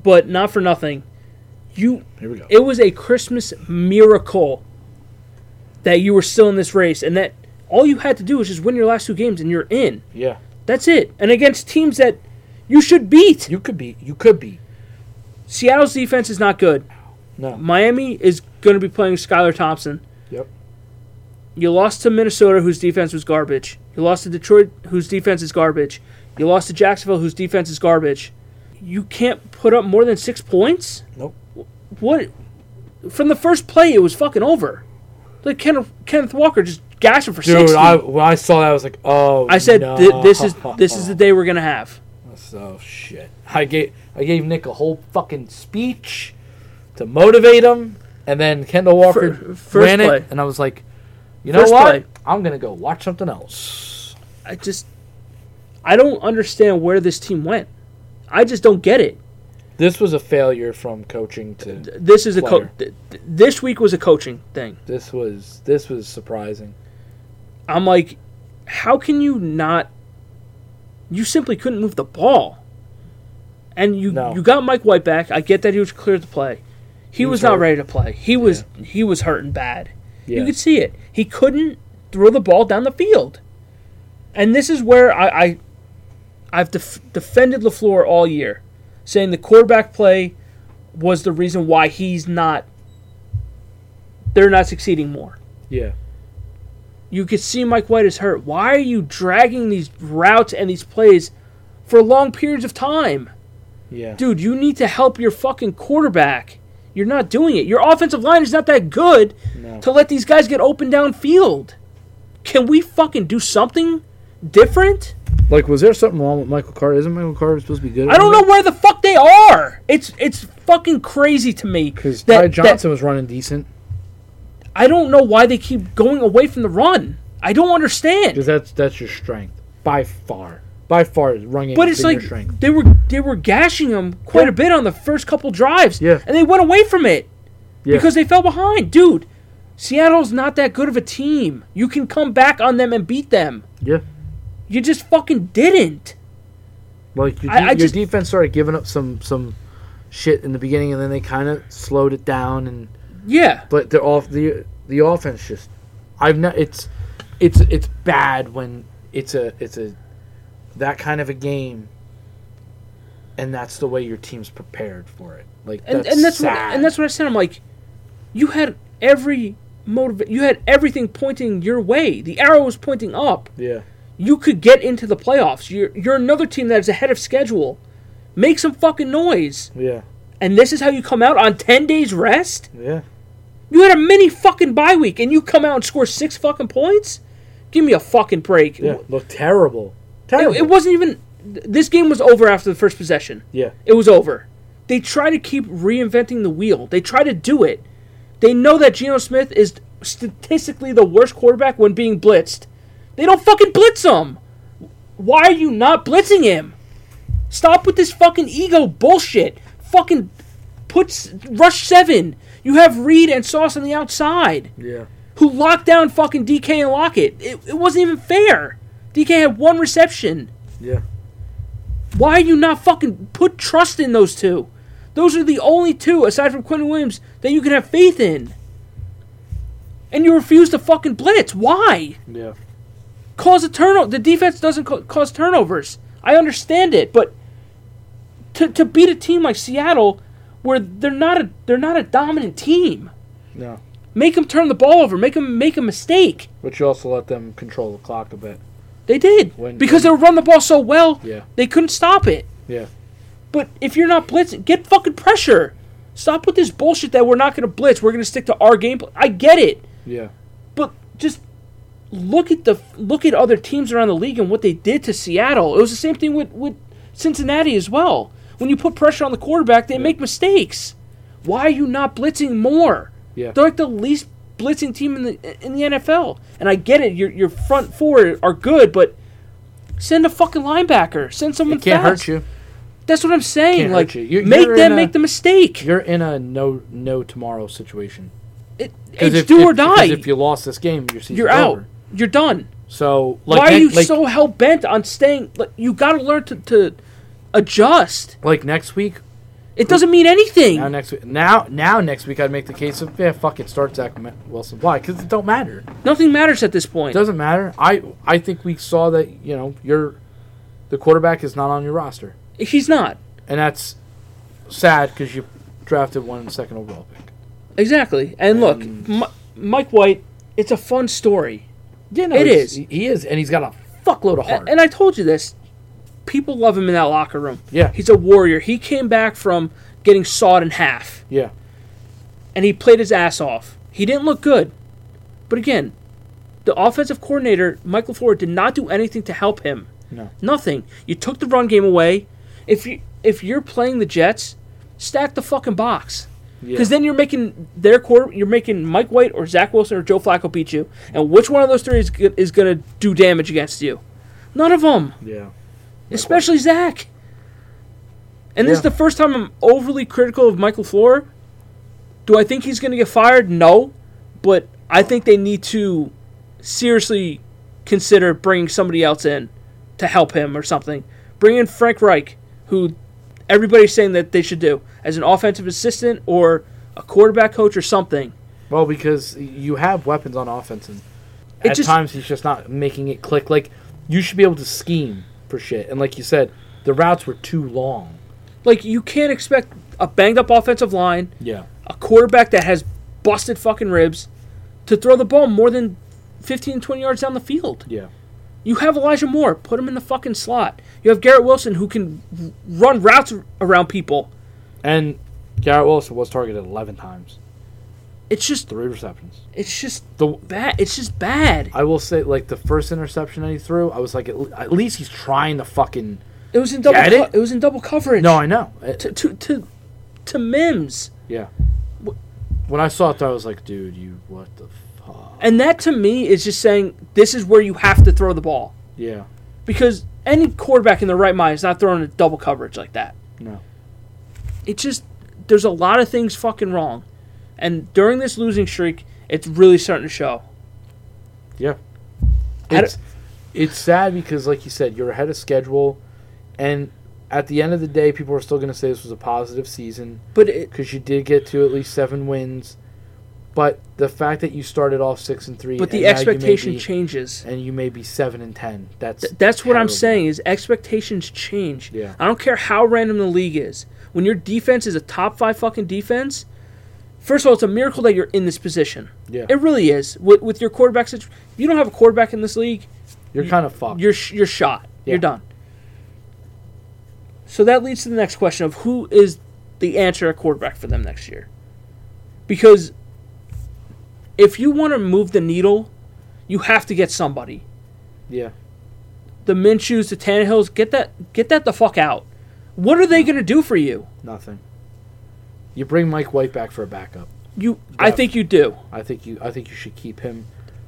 S2: But not for nothing. You,
S1: Here we go.
S2: it was a Christmas miracle that you were still in this race, and that all you had to do was just win your last two games, and you're in.
S1: yeah,
S2: That's it. And against teams that you should beat.
S1: you could be. You could be.
S2: Seattle's defense is not good.
S1: No.
S2: Miami is going to be playing Skylar Thompson.
S1: Yep.
S2: You lost to Minnesota, whose defense was garbage. You lost to Detroit, whose defense is garbage. You lost to Jacksonville, whose defense is garbage. You can't put up more than six points.
S1: Nope.
S2: What? From the first play, it was fucking over. Like Kenneth, Kenneth Walker just gashing for
S1: Dude,
S2: six.
S1: I, when I saw that, I was like, "Oh!"
S2: I said
S1: no.
S2: "Th- this is this is the day we're gonna have.
S1: So shit. I gave I gave Nick a whole fucking speech to motivate him, and then Kendall Walker
S2: Fir- first
S1: ran it,
S2: play.
S1: and I was like, you know
S2: First
S1: what?
S2: play.
S1: I'm gonna go watch something else.
S2: I just, I don't understand where this team went. I just don't get it.
S1: This was a failure from coaching to.
S2: This is a co-
S1: Player.
S2: th- th- This week was a coaching thing.
S1: This was this was surprising.
S2: I'm like, how can you not? You simply couldn't move the ball, and you
S1: No.
S2: you got Mike White back. I get that he was cleared to play. He, was,
S1: was
S2: not
S1: hurt.
S2: ready to play. He was he was hurting bad. You
S1: Yeah.
S2: could see it. He couldn't throw the ball down the field, and this is where I, I I've def- defended Lafleur all year, saying the quarterback play was the reason why he's not. They're not succeeding more.
S1: Yeah.
S2: You could see Mike White is hurt. Why are you dragging these routes and these plays for long periods of time?
S1: Yeah.
S2: Dude, you need to help your fucking quarterback. You're not doing it. Your offensive line is not that good
S1: No.
S2: to let these guys get open downfield. Can we fucking do something different?
S1: Like, was there something wrong with Michael Carter? Isn't Michael Carter supposed to be good?
S2: I don't know where the fuck they are. It's it's fucking crazy to me.
S1: because
S2: that-
S1: Ty
S2: that-
S1: Johnson was running decent.
S2: I don't know why they keep going away from the run. I don't understand.
S1: Because that's that's your strength by far. By far, running.
S2: But it's
S1: been your
S2: like
S1: strength.
S2: they were they were gashing him quite
S1: Yeah.
S2: a bit on the first couple drives.
S1: Yeah.
S2: And they went away from it
S1: Yeah.
S2: because they fell behind. Dude, Seattle's not that good of a team. You can come back on them and beat them.
S1: yeah.
S2: You just fucking didn't.
S1: Like your,
S2: I-
S1: de-
S2: I
S1: your
S2: just-
S1: defense started giving up some some shit in the beginning, and then they kind of slowed it down. And
S2: Yeah.
S1: but they're off the the offense just I've not it's it's it's bad when it's a it's a that kind of a game, and that's the way your team's prepared for it. Like
S2: And
S1: that's
S2: and that's what
S1: sad.
S2: and that's what I said. I'm like, you had every motiv- you had everything pointing your way. The arrow was pointing up.
S1: yeah
S2: you could get into the playoffs. You're you're another team that is ahead of schedule. Make some fucking noise.
S1: yeah
S2: And this is how you come out on ten days rest?
S1: yeah
S2: You had a mini fucking bye week and you come out and score six fucking points? Give me a fucking break.
S1: Yeah, looked terrible. Terrible.
S2: It, it wasn't even. th- This game was over after the first possession.
S1: yeah.
S2: It was over. They try to keep reinventing the wheel. They try to do it. They know that Geno Smith is statistically the worst quarterback when being blitzed. They don't fucking blitz him. Why are you not blitzing him? Stop with this fucking ego bullshit. Fucking put s- rush seven. You have Reed and Sauce on the outside
S1: Yeah.
S2: who locked down fucking DK and Lockett. It, it wasn't even fair. DK had one reception.
S1: Yeah.
S2: Why are you not fucking put trust in those two? Those are the only two, aside from Quentin Williams, that you can have faith in. And you refuse to fucking blitz. Why?
S1: Yeah.
S2: Cause a turnover. The defense doesn't ca- cause turnovers. I understand it, but to, to beat a team like Seattle, where they're not a they're not a dominant team,
S1: No.
S2: make them turn the ball over. Make them make a mistake.
S1: But you also let them control the clock a bit.
S2: They did
S1: When-
S2: because they run the ball so well.
S1: Yeah.
S2: They couldn't stop it.
S1: Yeah.
S2: But if you're not blitzing, get fucking pressure. Stop with this bullshit that we're not going to blitz. We're going to stick to our game. pl- I get it,
S1: Yeah.
S2: but just look at the look at other teams around the league and what they did to Seattle. It was the same thing with with Cincinnati as well. When you put pressure on the quarterback, they make mistakes. Why are you not blitzing more?
S1: Yeah.
S2: They're like the least blitzing team in the in the NFL. And I get it. Your your front four are good, but send a fucking linebacker. Send someone
S1: It can't
S2: fast.
S1: hurt you.
S2: That's what I'm saying.
S1: Can't hurt
S2: like,
S1: you. You-
S2: make
S1: you're in
S2: them
S1: a-
S2: make the mistake.
S1: You're in a no no tomorrow situation.
S2: It,
S1: 'Cause
S2: it's
S1: if-
S2: do
S1: if-
S2: or die.
S1: Because if you lost this game, your season's
S2: you, are out.
S1: over.
S2: You're done.
S1: So like,
S2: Why are
S1: ne-
S2: you
S1: like,
S2: so hell bent on staying? Like, you got to learn to, to adjust.
S1: like next week?
S2: It doesn't mean anything.
S1: Now next week? Now now next week I'd make the case of yeah fuck it start Zach Ma- Wilson. Why? Because it don't matter.
S2: Nothing matters at this
S1: It
S2: point.
S1: doesn't matter. I I think we saw that you know your the quarterback is not on your roster,
S2: He's not
S1: and that's sad because you drafted one second overall pick.
S2: exactly. And look, Mi- Mike White. It's a fun story,
S1: Yeah, no,
S2: It
S1: he's-
S2: is.
S1: He is, and he's got a fuckload of
S2: A-
S1: heart.
S2: and I told you this. People love him in that locker room.
S1: Yeah.
S2: he's a warrior. He came back from getting sawed in half.
S1: yeah,
S2: and he played his ass off. He didn't look good. But again, the offensive coordinator, Michael Ford, did not do anything to help him.
S1: no,
S2: Nothing. You took the run game away. If you if you're playing the Jets, stack the fucking box.
S1: yeah,
S2: Because then you're making their quarter, you're making Mike White or Zach Wilson or Joe Flacco beat you, and which one of those three is go- is gonna do damage against you? None of them,
S1: yeah,
S2: especially Zach. And this is
S1: Yeah.
S2: the first time I'm overly critical of Michael Floor. Do I think he's going to get fired? No, but I think they need to seriously consider bringing somebody else in to help him or something. Bring in Frank Reich, who everybody's saying that they should do as an offensive assistant or a quarterback coach or something.
S1: Well, because you have weapons on offense, and
S2: It
S1: at
S2: just-
S1: times he's just not making it click. Like you should be able to scheme for shit, and like you said, the routes were too long.
S2: Like you can't expect a banged up offensive line,
S1: Yeah,
S2: a quarterback that has busted fucking ribs to throw the ball more than 15 20 yards down the field.
S1: yeah,
S2: You have Elijah Moore, put him in the fucking slot. You have Garrett Wilson who can r- run routes around people.
S1: and Garrett Wilson was targeted eleven times,
S2: It's just
S1: three receptions.
S2: it's just
S1: The
S2: bad. It's just bad.
S1: I will say, like the first interception that he threw, I was like, at, le- at least he's trying to fucking.
S2: It was in double.
S1: Get
S2: co-
S1: it?
S2: it? was in double coverage.
S1: No, I know. It-
S2: to to to, to Mims,
S1: yeah, when I saw it, though, I was like, dude, you what the fuck?
S2: and that to me is just saying this is where you have to throw the ball
S1: Yeah,
S2: because any quarterback in their right mind is not throwing a double coverage like that.
S1: no,
S2: It just there's a lot of things fucking wrong, and during this losing streak, it's really starting to show.
S1: yeah.
S2: I
S1: It's it's sad because, like you said, you're ahead of schedule, and at the end of the day, people are still going to say this was a positive season
S2: But it,
S1: because you did get to at least seven wins. But the fact that you started off six and three,
S2: but
S1: and
S2: the
S1: now you may
S2: expectation
S1: be-
S2: changes.
S1: and you may be seven and ten. That's
S2: Th- that's what I'm
S1: terrible.
S2: saying is expectations change.
S1: Yeah.
S2: I don't care how random the league is. When your defense is a top five fucking defense, first of all, it's a miracle that you're in this position.
S1: Yeah.
S2: It really is. With, with your quarterback situation, if you don't have a quarterback in this league,
S1: You're kind of fucked.
S2: you're sh- you're shot.
S1: Yeah.
S2: You're done. So that leads to the next question of who is the answer at quarterback for them next year, because if you want to move the needle, you have to get somebody.
S1: Yeah.
S2: The Minshews, the Tannehills, get that get that the fuck out. What are they gonna do for you?
S1: Nothing. You bring Mike White back for a backup.
S2: You, I
S1: Yeah.
S2: think you do.
S1: I think you I think you should keep him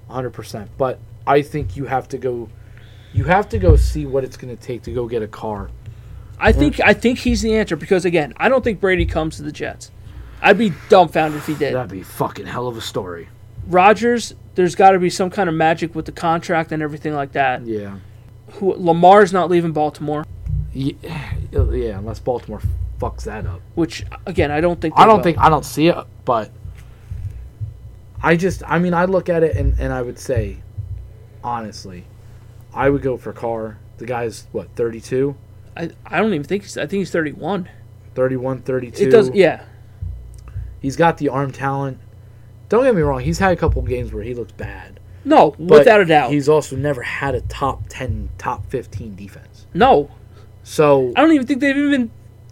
S1: 100%. But I think you have to go you have to go see what it's going to take to go get a car.
S2: I think I think he's the answer because again, I don't think Brady comes to the Jets. I'd be dumbfounded if he did.
S1: That'd be fucking hell of a story.
S2: Rodgers, there's got to be some kind of magic with the contract and everything like that.
S1: Yeah.
S2: Who Lamar's not leaving Baltimore,
S1: Ye- Yeah, unless Baltimore fucks that up.
S2: which again, I don't think
S1: I
S2: they
S1: don't
S2: will.
S1: think I don't see it, but I just I mean I look at it and, and I would say honestly, I would go for Carr. The guy's what, 32,
S2: I, I don't even think he's I think he's 31.
S1: 31, 32.
S2: It does yeah.
S1: He's got the arm talent. Don't get me wrong, he's had a couple games where he looks bad.
S2: No,
S1: but
S2: without a doubt.
S1: He's also never had a top 10, top 15 defense.
S2: no.
S1: So
S2: I don't even think they've even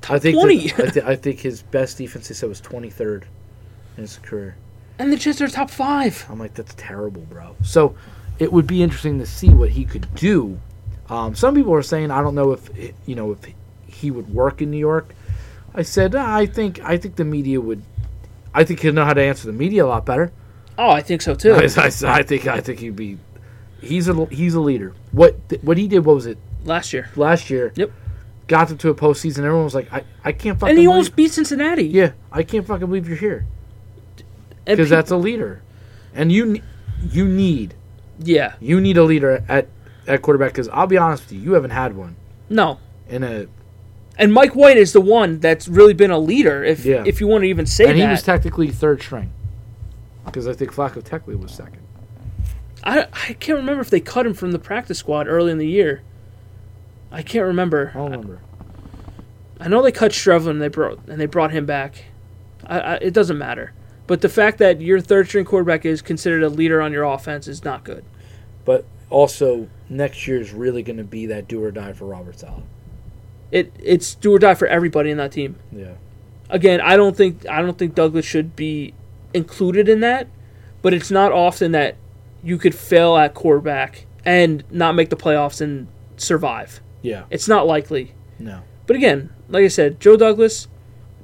S1: I think
S2: 20.
S1: that- I, thi- I think his best defense he said was 23rd in his career.
S2: and the Jets are top 5.
S1: I'm like, that's terrible, bro. So it would be interesting to see what he could do. Um, some people are saying, I don't know if it, you know if he would work in New York. I said, "Ah, I think I think the media would. I think he'll know how to answer the media a lot better.
S2: Oh, I think so too.
S1: I, I- I think I think he'd be. He's a he's a leader. What th- what he did? What was it
S2: Last year.
S1: last year?
S2: Yep.
S1: Got them to a postseason. Everyone was like, I, I can't fucking.
S2: And he
S1: believe,
S2: almost beat Cincinnati.
S1: yeah, I can't fucking believe you're here
S2: And
S1: because
S2: pe-
S1: that's a leader, and you ne- you need
S2: Yeah.
S1: you need a leader at at quarterback. Because I'll be honest with you, you haven't had one
S2: No.
S1: in a.
S2: And Mike White is the one that's really been a leader if
S1: Yeah.
S2: if you want to even say
S1: And
S2: that.
S1: he was technically third string, because I think Flacco technically was second.
S2: I, I can't remember if they cut him from the practice squad early in the year. I can't remember.
S1: I don't remember.
S2: I know they cut Shrevlin and they brought and they brought him back. I, I, it doesn't matter. But the fact that your third string quarterback is considered a leader on your offense is not good.
S1: But also next year is really going to be that do or die for Robert Sala.
S2: It it's do or die for everybody in that team.
S1: Yeah.
S2: Again, I don't think I don't think Douglas should be included in that, but it's not often that you could fail at quarterback and not make the playoffs and survive.
S1: Yeah.
S2: It's not likely.
S1: No.
S2: But again, like I said, Joe Douglas,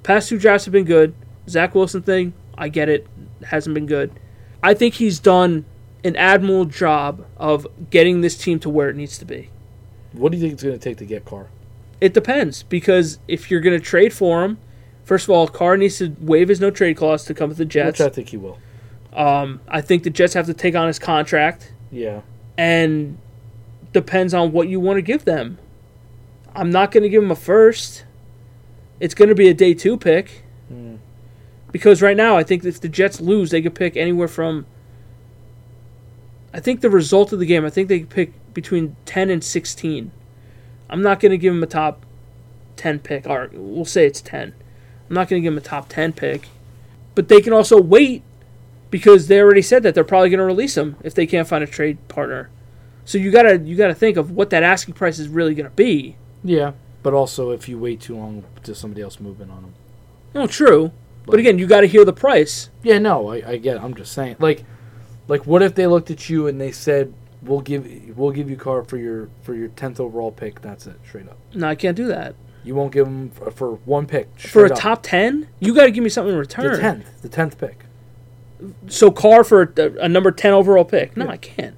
S2: past two drafts have been good. Zach Wilson thing, I get it, hasn't been good. I think he's done an admirable job of getting this team to where it needs to be.
S1: What do you think it's going to take to get Carr?
S2: It depends because if you're going to trade for him, first of all, Carr needs to waive his no trade clause to come to the Jets.
S1: Which I think he will.
S2: um, I think the Jets have to take on his contract
S1: Yeah.
S2: and depends on what you want to give them. I'm not going to give him a first. It's going to be a day two pick.
S1: Mm.
S2: Because right now, I think if the Jets lose, they could pick anywhere from. I think the result of the game, I think they could pick between 10 and 16. I'm not going to give him a top 10 pick. Or we'll say it's 10. I'm not going to give him a top 10 pick. But they can also wait because they already said that they're probably going to release him if they can't find a trade partner. So you gotta you gotta think of what that asking price is really gonna be.
S1: Yeah. But also, if you wait too long, does somebody else move in on him?
S2: No, true. But again, you gotta hear the price.
S1: Yeah, no, I, I get. It. I'm just saying, like, like what if they looked at you and they said, "We'll give, we'll give you Carr for your for your tenth overall pick." That's it, straight up.
S2: No, I can't do that
S1: You won't give him for, for one pick
S2: for
S1: straight
S2: a
S1: up.
S2: top ten. You gotta give me something in
S1: the
S2: return.
S1: tenth, the tenth pick.
S2: So Carr for a, a number ten overall pick. No, I can't.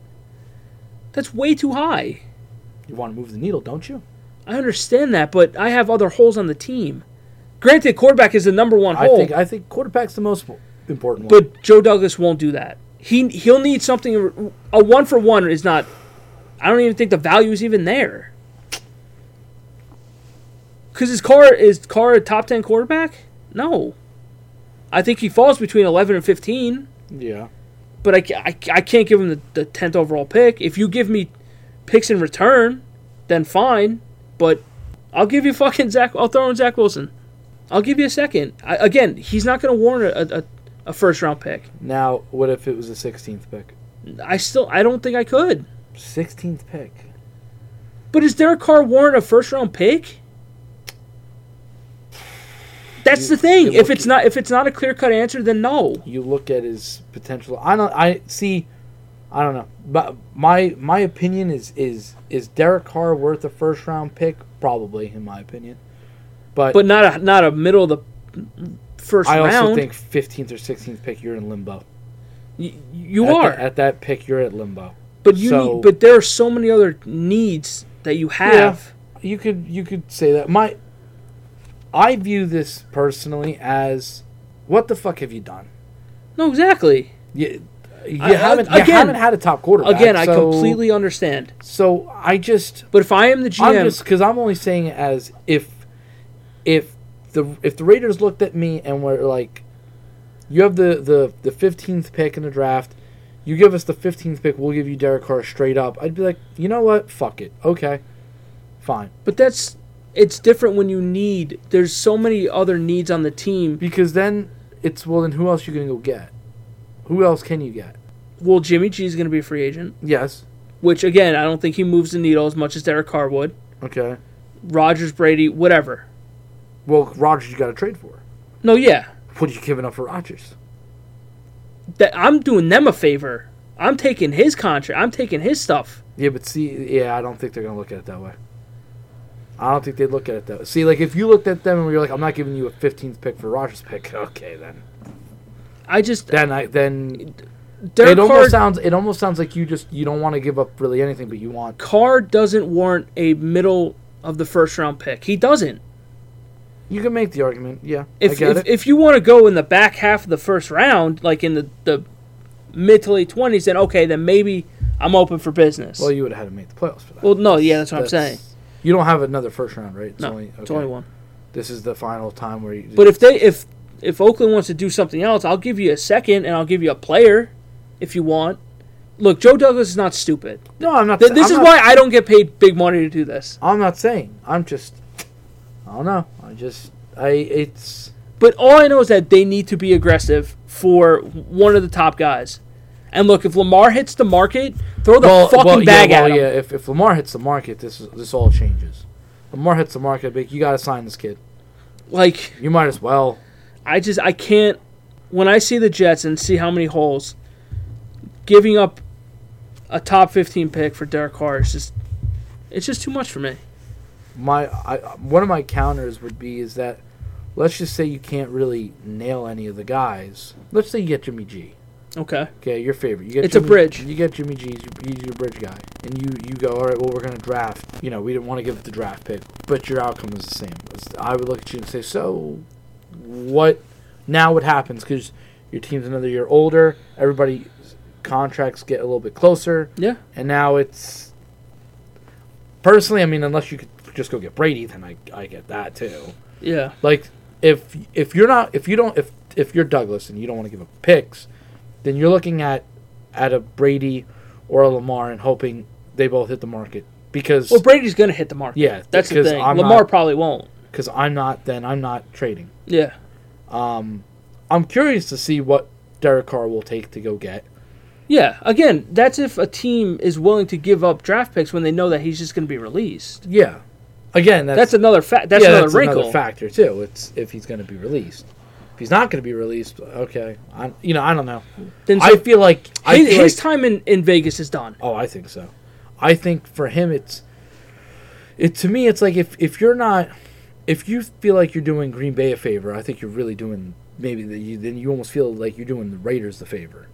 S2: That's way too high.
S1: You want to move the needle, don't you?
S2: I understand that, but I have other holes on the team. Granted, quarterback is the number one
S1: I
S2: hole,
S1: think I think quarterback's the most important one.
S2: but Joe Douglas won't do that. He he'll need something. A one for one is not. I don't even think the value is even there. Because his car is Carr a top ten quarterback? No, I think he falls between eleven and fifteen.
S1: yeah,
S2: But I, ca- I, ca- I can't give him the- the tenth overall pick. If you give me picks in return, then fine. But I'll give you fucking Zach. I'll throw in Zach Wilson. I'll give you a second. I, again, he's not going to warrant a, a, a first round pick.
S1: Now, what if it was the sixteenth pick?
S2: I still I don't think I could.
S1: Sixteenth pick.
S2: But is Derek Carr warrant a first round pick? That's the thing. If it's not if it's not a clear cut answer, then no.
S1: you look at his potential. I don't. I see. I don't know. But my my opinion is is is Derek Carr worth a first round pick? Probably, in my opinion. But,
S2: But not a not a middle of the first
S1: I
S2: round.
S1: also think 15th or 16th pick, you're in limbo.
S2: Y- you
S1: at the-
S2: are,
S1: at that pick, you're at limbo.
S2: but you
S1: so-
S2: need, but there are so many other needs that you have.
S1: you could you could say that my i view this personally as what the fuck have you done
S2: No, exactly.
S1: you, you
S2: I- I-
S1: haven't
S2: again-
S1: you haven't had a top quarterback
S2: Again, I
S1: so-
S2: completely understand.
S1: so i just
S2: But if I am the
S1: i'm
S2: GM,
S1: just because i'm only saying it as if if the if the raiders looked at me and were like you have the the the 15th pick in the draft you give us the 15th pick we'll give you derek carr straight up i'd be like you know what fuck it okay fine
S2: but that's it's different when you need. There's so many other needs on the team.
S1: Because then it's well, then who else you gonna go get? Who else can you get?
S2: Well, Jimmy G is going to be a free agent,
S1: Yes.
S2: which again, I don't think he moves the needle as much as Derek Carr would.
S1: Okay.
S2: Rogers, Brady, whatever.
S1: Well, Rogers, you got to trade for.
S2: No, yeah,
S1: What are you giving up for Rogers?
S2: that I'm doing them a favor. I'm taking his contract. I'm taking his stuff.
S1: Yeah, but see, yeah, I don't think they're gonna look at it that way. I don't think they'd look at it that way. See, like if you looked at them and we were like, I'm not giving you a 15th pick for Rogers pick. Okay, then.
S2: I just
S1: Then I then
S2: Derek
S1: it almost
S2: Carr,
S1: sounds it almost sounds like you just you don't want to give up really anything, but you want
S2: Carr doesn't warrant a middle of the first round pick. He doesn't.
S1: you can make the argument. Yeah, I
S2: If
S1: get
S2: if,
S1: it.
S2: if you want to go in the back half of the first round, like in the, the mid to late twenties, then okay, then maybe I'm open for business.
S1: well,
S2: Well,
S1: you would have had to make the playoffs for that.
S2: no, yeah, that's what I'm saying.
S1: That's- You don't have another first round, right? It's
S2: No, it's only one.
S1: This is the final time where you.
S2: But if they if if Oakland wants to do something else, I'll give you a second and I'll give you a player if you want. Look, Joe Douglas is not stupid.
S1: no, I'm not.
S2: Th- this
S1: I'm
S2: is
S1: not-
S2: why I don't get paid big money to do this.
S1: I'm not saying. I'm just. I don't know. I just. I. It's.
S2: But all I know is that they need to be aggressive for one of the top guys. And look, if Lamar hits the market, throw the fucking bag
S1: yeah,
S2: at him.
S1: yeah. If, if Lamar hits the market, this is this all changes. Lamar hits the market. Big. You got to sign this kid.
S2: Like
S1: You might as well.
S2: I just I can't. When I see the Jets and see how many holes, giving up a top fifteen pick for Derek Carr is just it's just too much for me.
S1: My I, one of my counters would be is that, let's just say you can't really nail any of the guys. Let's say you get Jimmy G.
S2: Okay.
S1: Okay, your favorite. You get
S2: It's a
S1: Jimmy-
S2: bridge.
S1: You get Jimmy G. He's your, he's your bridge guy, and you you go all right. Well, we're gonna draft. You know, we didn't want to give up the draft pick, but your outcome is the same. It's- I would look at you and say, so what? Now what happens? Because your team's another year older. Everybody contracts get a little bit closer,
S2: Yeah.
S1: and now it's personally. I mean, unless you could just go get Brady, then I I get that too.
S2: Yeah.
S1: Like if if you're not if you don't if if you're Douglas and you don't want to give up picks, then you're looking at at a Brady or a Lamar and hoping they both hit the market because
S2: Well, Brady's gonna hit the market.
S1: yeah
S2: That's the
S1: because
S2: thing.
S1: I'm
S2: Lamar
S1: not,
S2: probably won't.
S1: because I'm not then I'm not trading.
S2: Yeah.
S1: I'm curious to see what Derek Carr will take to go get.
S2: Yeah. Again, that's if a team is willing to give up draft picks when they know that he's just gonna be released.
S1: Yeah, again that's
S2: That's another fact. That's
S1: yeah,
S2: another
S1: that's
S2: wrinkle.
S1: another factor too. It's if he's going to be released. If he's not going to be released, okay. I you know I don't know.
S2: Then so
S1: I feel like I
S2: his,
S1: feel
S2: his
S1: like-
S2: time in, in Vegas is done.
S1: Oh, I think so. I think for him, it's it to me. It's like if if you're not if you feel like you're doing Green Bay a favor, I think you're really doing maybe that you then you almost feel like you're doing the Raiders the favor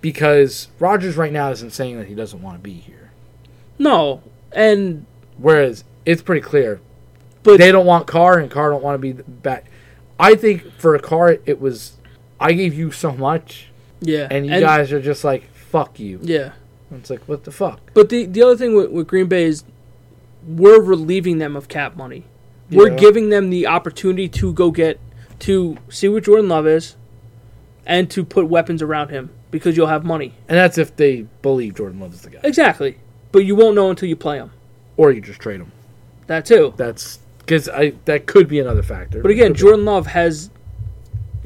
S1: because Rogers right now isn't saying that he doesn't want to be here,
S2: No, and
S1: whereas it's pretty clear.
S2: But-
S1: they don't want Carr, and Carr don't want to be back. I think for a Carr, it was I gave you so much,
S2: yeah,
S1: and you guys are just like fuck you.
S2: yeah.
S1: And it's like what the fuck.
S2: But the the other thing with, with Green Bay is we're relieving them of cap money. We're
S1: Yeah.
S2: giving them the opportunity to go get to see what Jordan Love is, and to put weapons around him because you'll have money.
S1: And that's if they believe Jordan Love is the guy.
S2: Exactly, but you won't know until you play him.
S1: or you just trade him.
S2: That too.
S1: That's because I that could be another factor.
S2: But again,
S1: Could be.
S2: Jordan Love has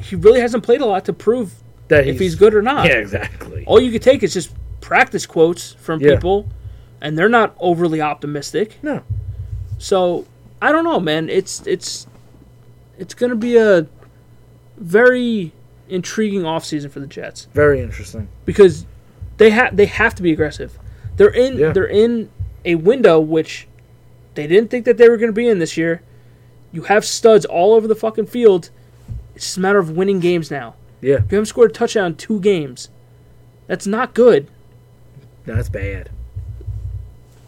S2: he really hasn't played a lot to prove
S1: that
S2: if he's good or not.
S1: yeah, exactly.
S2: All you could take is just practice quotes from
S1: Yeah.
S2: people, and they're not overly optimistic.
S1: No,
S2: So I don't know, man. It's it's it's going to be a very intriguing offseason for the Jets
S1: Very interesting.
S2: because they have they have to be aggressive. They're in
S1: Yeah.
S2: they're in a window which they didn't think that they were going to be in this year. You have studs all over the fucking field. It's just a matter of winning games now.
S1: Yeah,
S2: You haven't scored a touchdown in two games. That's not good.
S1: that's bad.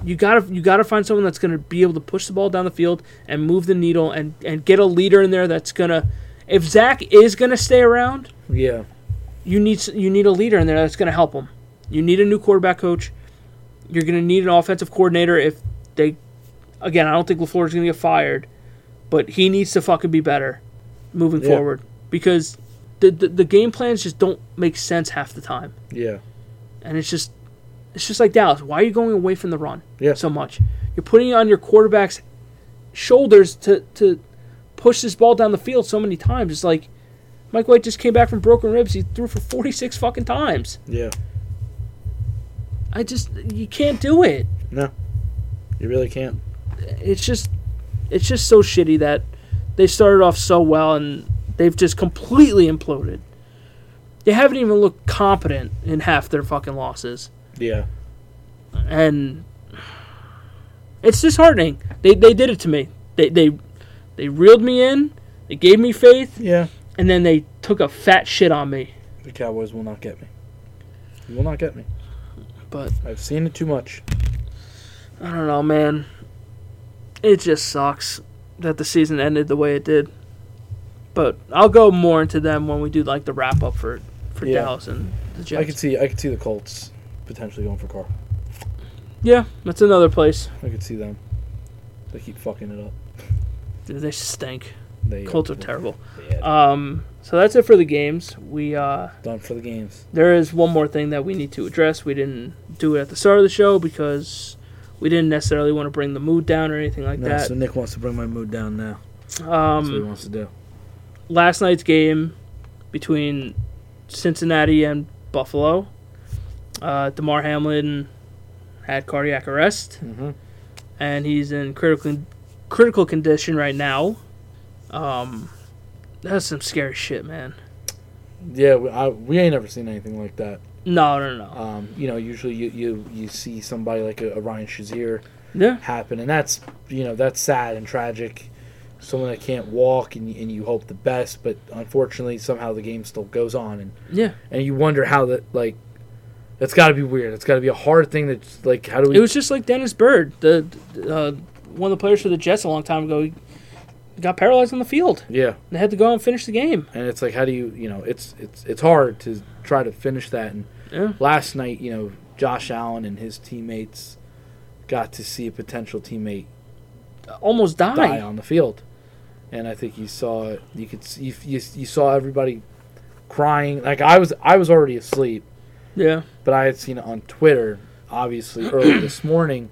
S2: You gotta you gotta find someone that's gonna be able to push the ball down the field and move the needle and and get a leader in there that's gonna. If Zach is gonna stay around,
S1: Yeah,
S2: you need s- you need a leader in there that's going to help them. You need a new quarterback coach. You're going to need an offensive coordinator if they again, I don't think LaFleur is going to get fired, but he needs to fucking be better moving
S1: Yeah.
S2: forward because the, the the game plans just don't make sense half the time.
S1: yeah,
S2: And it's just it's just like Dallas, why are you going away from the run
S1: Yeah.
S2: so much? You're putting it on your quarterback's shoulders to to push this ball down the field so many times. It's like Mike White just came back from broken ribs. He threw for 46 fucking times.
S1: yeah.
S2: I just you can't do it.
S1: No, you really can't.
S2: It's just it's just so shitty that they started off so well and they've just completely imploded. They haven't even looked competent in half their fucking losses.
S1: Yeah,
S2: and it's disheartening. They they did it to me. They they they reeled me in. They gave me faith,
S1: yeah.
S2: and then they took a fat shit on me.
S1: The Cowboys will not get me. You will not get me.
S2: But
S1: I've seen it too much.
S2: I don't know, man. It just sucks that the season ended the way it did. But I'll go more into them when we do like the wrap up for for
S1: Yeah.
S2: Dallas and the Jets.
S1: I could see. I could see the Colts potentially going for Carr.
S2: yeah, that's another place.
S1: I could see them. They keep fucking it up.
S2: Dude, they stink.
S1: They
S2: Colts are terrible.
S1: Yeah.
S2: Um, so that's it for the games. We uh.
S1: Done for the games.
S2: There is one more thing that we need to address. We didn't do it at the start of the show because we didn't necessarily want to bring the mood down or anything like
S1: No,
S2: that.
S1: so Nick wants to bring my mood down now. That's what he
S2: um,
S1: wants to do.
S2: last night's game between Cincinnati and Buffalo, uh, DeMar Hamlin had cardiac arrest,
S1: Mm-hmm.
S2: and he's in critical critical condition right now. Um, that's some scary shit, man.
S1: Yeah, we, I, we ain't ever seen anything like that.
S2: No, no, no.
S1: Um, you know, usually you, you, you see somebody like a, a Ryan Shazier
S2: Yeah,
S1: happen, and that's you know that's sad and tragic. Someone that can't walk, and, you- and you hope the best, but unfortunately, somehow the game still goes on, and
S2: yeah.
S1: and you wonder how that like. That's got to be weird. It's got to be a hard thing. That's like, how do we?
S2: It was just like Dennis Bird, the uh, one of the players for the Jets a long time ago. He got paralyzed on the field.
S1: yeah,
S2: They had to go out and finish the game.
S1: and it's like, how do you? You know, it's it's it's hard to try to finish that, and
S2: Yeah,
S1: last night, you know, Josh Allen and his teammates got to see a potential teammate
S2: almost died.
S1: die on the field, and I think you saw it. You could see, you, you, you saw everybody crying. Like I was, I was already asleep,
S2: Yeah,
S1: but I had seen it on Twitter, obviously early this morning.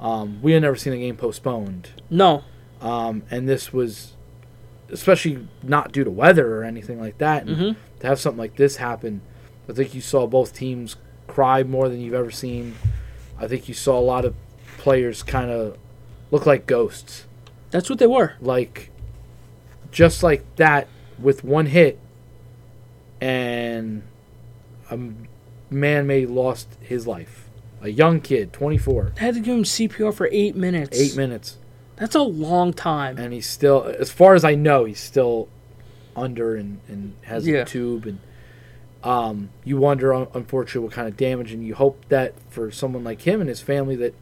S1: Um, we had never seen a game postponed,
S2: no,
S1: um, and this was especially not due to weather or anything like that. And
S2: Mhm.
S1: To have something like this happen, I think you saw both teams cry more than you've ever seen. I think you saw a lot of players kind of look like ghosts,
S2: that's what they were.
S1: like just like that with one hit, and a man may lost his life. A young kid, 24,
S2: They had to give him CPR for eight minutes.
S1: eight minutes.
S2: That's a long time.
S1: and he's still as far as I know he's still under and, and has
S2: Yeah.
S1: a tube and um, you wonder un- unfortunately what kind of damage and you hope that for someone like him and his family that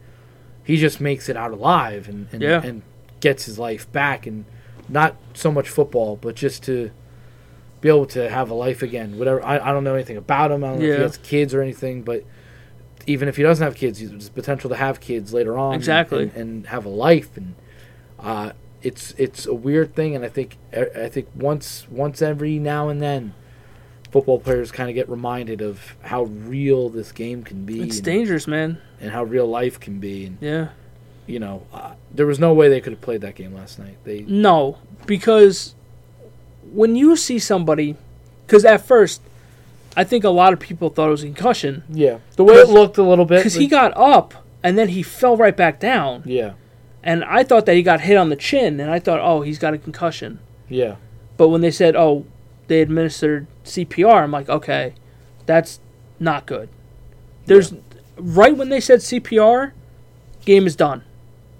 S1: he just makes it out alive and and,
S2: Yeah.
S1: and gets his life back and not so much football but just to be able to have a life again whatever I, I don't know anything about him I don't know if
S2: Yeah.
S1: he has kids or anything but even if he doesn't have kids there's potential to have kids later on and-
S2: Exactly.
S1: and, and have a life and uh, it's it's a weird thing, and I think e, I think once once every now and then, football players kind of get reminded of how real this game can be,
S2: It's
S1: and,
S2: dangerous, man.
S1: and how real life can be. And
S2: Yeah,
S1: you know, uh, there was no way they could have played that game last night. They
S2: no, because when you see somebody, because at first, I think a lot of people thought it was a concussion
S1: yeah, the way it looked a little bit
S2: because he
S1: like-
S2: got up and then he fell right back down.
S1: yeah
S2: and I thought that he got hit on the chin, and I thought, oh, he's got a concussion.
S1: Yeah.
S2: But when they said, "Oh, they administered CPR," I'm like, "Okay, that's not good." There's right when they said CPR, game is done.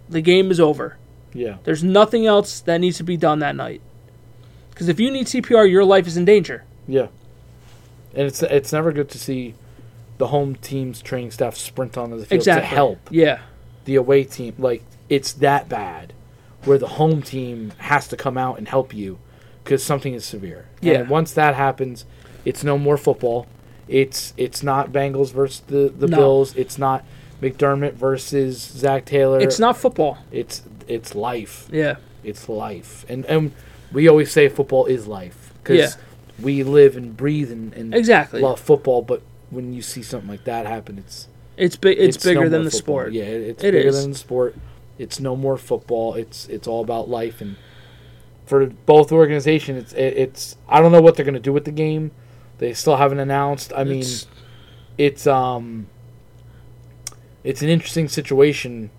S2: The game is over.
S1: Yeah.
S2: There's nothing else that needs to be done that night. Because if you need CPR, your life is in danger.
S1: Yeah. And it's it's never good to see the home team's training staff sprint onto the field
S2: exactly.
S1: to help
S2: Yeah.
S1: the away team. Like it's that bad, where the home team has to come out and help you because something is severe.
S2: Yeah.
S1: And once that happens, it's no more football. It's it's not Bengals versus the the
S2: No.
S1: Bills. It's not McDermott versus Zach Taylor.
S2: It's not football.
S1: It's it's life.
S2: Yeah.
S1: It's life. And and we always say football is life because
S2: Yeah.
S1: we live and breathe and, and
S2: Exactly.
S1: love football. But when you see something like that happen, it's
S2: It's big. It's,
S1: no
S2: bigger
S1: more
S2: than the
S1: football.
S2: sport.
S1: Yeah, it- it's
S2: It
S1: bigger
S2: is.
S1: than the sport. It's no more football. It's it's all about life and for both organizations, it's it, it's I don't know what they're gonna do with the game. They still haven't announced. I mean,
S2: It's-
S1: it's um it's an interesting situation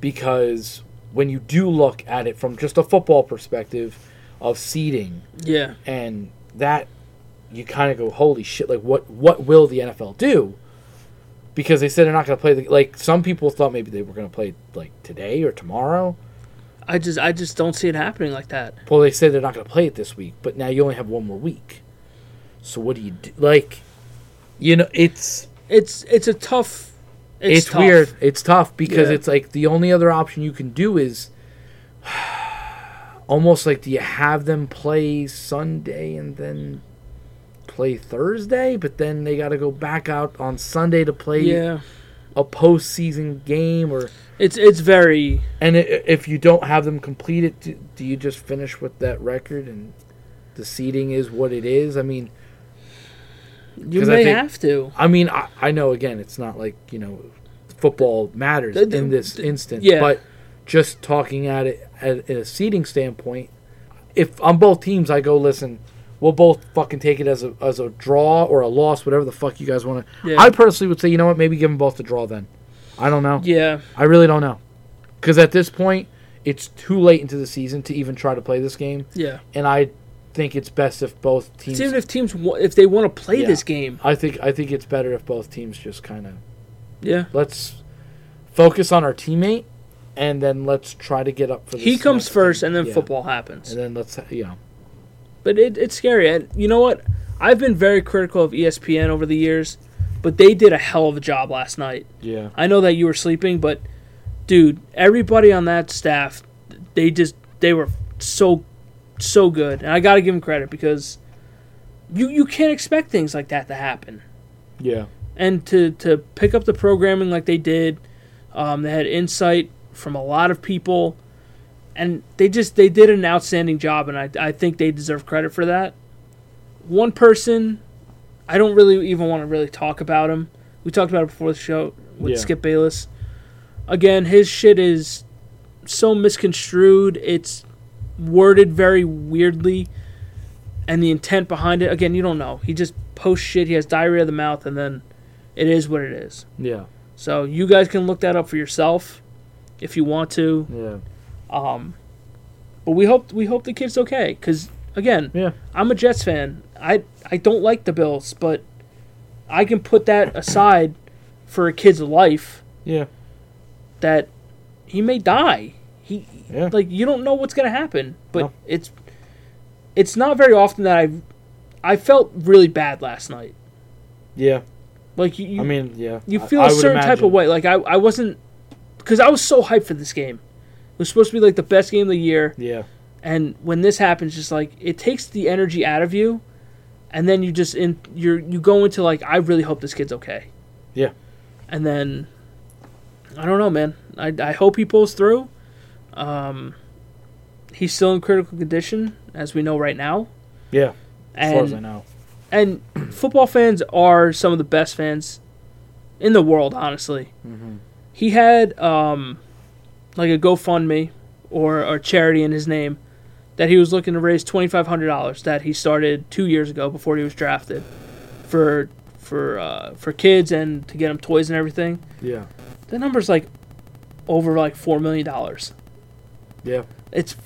S1: because when you do look at it from just a football perspective of seeding
S2: yeah.
S1: and that you kind of go holy shit like what what will the NFL do because they said they're not going to play the like some people thought maybe they were going to play like today or tomorrow
S2: I just I just don't see it happening like that.
S1: well they said they're not going to play it this week but now you only have one more week so what do you do like you know it's
S2: It's it's a tough. It's,
S1: it's,
S2: tough.
S1: weird. It's tough because
S2: Yeah.
S1: it's like the only other option you can do is almost like do you have them play Sunday and then play Thursday, but then they got to go back out on Sunday to play
S2: Yeah.
S1: a postseason game or
S2: It's it's very
S1: and i if you don't have them complete it, do, do you just finish with that record and the seeding is what it is? I mean,
S2: you
S1: 'Cause I
S2: may
S1: think-
S2: have to.
S1: I mean, I, I know again, it's not like you know, football matters
S2: The- the-
S1: in this instance.
S2: yeah.
S1: But just talking at it at, a seating standpoint, if on both teams, I go listen. We'll both fucking take it as a as a draw or a loss, whatever the fuck you guys want to.
S2: Yeah.
S1: I personally would say, you know what, maybe give them both the draw then. I don't know.
S2: Yeah.
S1: I really don't know, because at this point, it's too late into the season to even try to play this game,
S2: Yeah.
S1: and I think it's best if both teams.
S2: It's even if teams wa- if they want to play
S1: Yeah.
S2: this game.
S1: I think I think it's better if both teams just kind of
S2: Yeah.
S1: let's focus on our teammate and then let's try to get up for this
S2: He comes
S1: next
S2: first,
S1: thing.
S2: and then
S1: Yeah.
S2: football happens.
S1: and then let's you know
S2: But it, it's scary. And you know what? I've been very critical of E ESPN over the years, but they did a hell of a job last night.
S1: yeah
S2: I know that you were sleeping, but dude, everybody on that staff, they just they were so so good, and I got to give them credit because you you can't expect things like that to happen.
S1: yeah
S2: And to to pick up the programming like they did, um, they had insight from a lot of people, and they just they did an outstanding job, and I I think they deserve credit for that. One person, I don't really even want to really talk about him. We talked about it before the show with
S1: Yeah.
S2: Skip Bayless. Again, his shit is so misconstrued. It's worded very weirdly, and the intent behind it. Again, you don't know. He just posts shit. He has diarrhea of the mouth, and then it is what it is.
S1: yeah
S2: So you guys can look that up for yourself if you want to.
S1: yeah
S2: Um, but we hope we hope the kid's okay. Cause again,
S1: yeah
S2: I'm a Jets fan. I I don't like the Bills, but I can put that aside for a kid's life
S1: yeah
S2: that he may die. He
S1: Yeah.
S2: like you don't know what's gonna happen. But
S1: No.
S2: it's it's not very often that I I felt really bad last night.
S1: yeah
S2: Like you, you
S1: i mean yeah
S2: you
S1: I-
S2: feel
S1: I
S2: a
S1: would
S2: certain type
S1: imagine.
S2: of way. Like I, I wasn't because I was so hyped for this game. It was supposed to be like the best game of the year,
S1: yeah
S2: and when this happens, just like it takes the energy out of you, and then you just in you're you go into like I really hope this kid's okay,
S1: yeah
S2: and then I don't know, man. I I hope he pulls through. Um, he's still in critical condition as we know right now,
S1: yeah as
S2: and
S1: far as i know
S2: and football fans are some of the best fans in the world, honestly.
S1: Mm-hmm.
S2: He had um, like a GoFundMe or or charity in his name that he was looking to raise twenty five hundred dollars that he started two years ago before he was drafted for for uh, for kids and to get them toys and everything.
S1: yeah
S2: The number's like over like four million dollars.
S1: yeah
S2: It's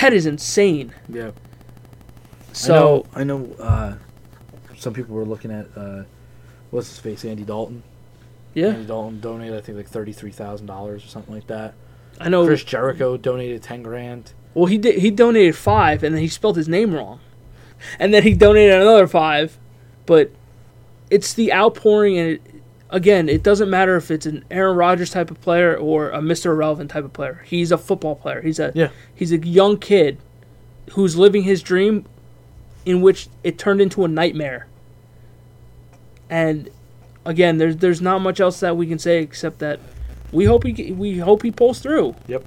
S2: That is insane.
S1: Yeah.
S2: So
S1: I know, I know uh, some people were looking at uh, what's his face, Andy Dalton.
S2: yeah,
S1: Andy Dalton donated, I think, like thirty-three thousand dollars or something like that.
S2: I know.
S1: Chris Jericho donated ten grand.
S2: Well, he did. He donated five, and then he spelled his name wrong, and then he donated another five. But it's the outpouring, and it, again, it doesn't matter if it's an Aaron Rodgers type of player or a Mister Irrelevant type of player. He's a football player. He's a
S1: Yeah.
S2: he's a young kid who's living his dream, in which it turned into a nightmare. And again, there's there's not much else that we can say except that we hope he g- we hope he pulls through.
S1: Yep.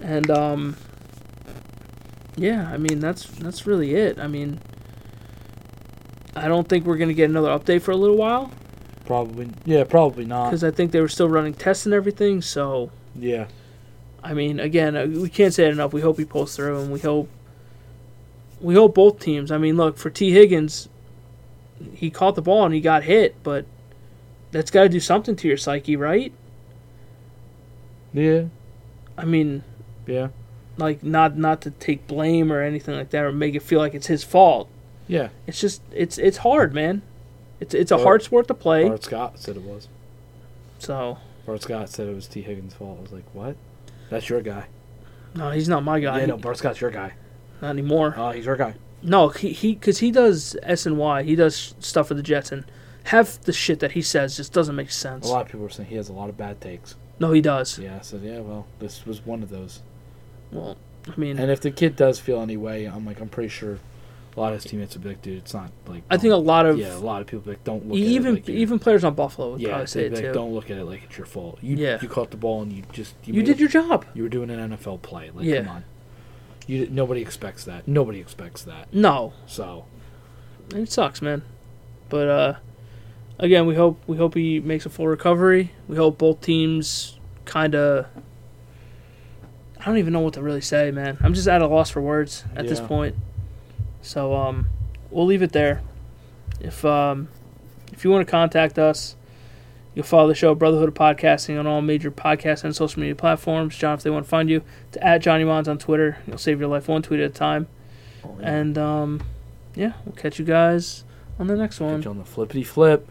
S2: And um yeah, I mean that's that's really it. I mean I don't think we're going to get another update for a little while
S1: Probably. Yeah. Probably not.
S2: cuz I think they were still running tests and everything, so
S1: Yeah.
S2: I mean again, uh, we can't say it enough. We hope he pulls through and we hope we hope both teams. I mean, look, for T Higgins, he caught the ball and he got hit, but that's got to do something to your psyche, right?
S1: Yeah.
S2: I mean,
S1: Yeah.
S2: like not not to take blame or anything like that or make it feel like it's his fault.
S1: Yeah.
S2: It's just it's it's hard, man. It's it's a
S1: Well,
S2: hard sport to play.
S1: Bart Scott said it was.
S2: So
S1: Bart Scott said it was T. Higgins' fault. I was like, what? That's your guy.
S2: no, he's not my guy.
S1: yeah. No, Bart Scott's your guy.
S2: Not anymore.
S1: Oh, he's your guy.
S2: No, he he because he does S and Y. He does stuff for the Jets and half the shit that he says just doesn't make sense.
S1: A lot of people were saying he has a lot of bad takes.
S2: No, he does.
S1: Yeah. I said, yeah. Well, this was one of those.
S2: Well, I mean,
S1: And if the kid does feel any way, I'm like, I'm pretty sure a lot of his teammates would be like, dude, it's not like.
S2: I think a lot of
S1: yeah, a lot of people be like don't look.
S2: even
S1: at it like you're-
S2: even players on Buffalo would
S1: yeah,
S2: probably say
S1: they'd
S2: it
S1: be like,
S2: too.
S1: don't look at it like it's your fault. You
S2: Yeah.
S1: you caught the ball and you just you,
S2: you
S1: made
S2: did
S1: a-
S2: your job.
S1: you were doing an NFL play. Like
S2: Yeah.
S1: come on, you nobody expects that. Nobody expects that.
S2: No,
S1: So
S2: And it sucks, man. But uh, again, we hope we hope he makes a full recovery. We hope both teams kind of. I don't even know what to really say, man. I'm just at a loss for words at this
S1: Yeah.
S2: point. So um, we'll leave it there. If um, if you want to contact us, you'll follow the show Brotherhood of Podcasting on all major podcast and social media platforms. John, if they want to find you, to at Johnny Mons on Twitter. You'll save your life one tweet at a time.
S1: oh, yeah.
S2: And um, yeah, we'll catch you guys on the next one.
S1: Catch you on the flippity flip.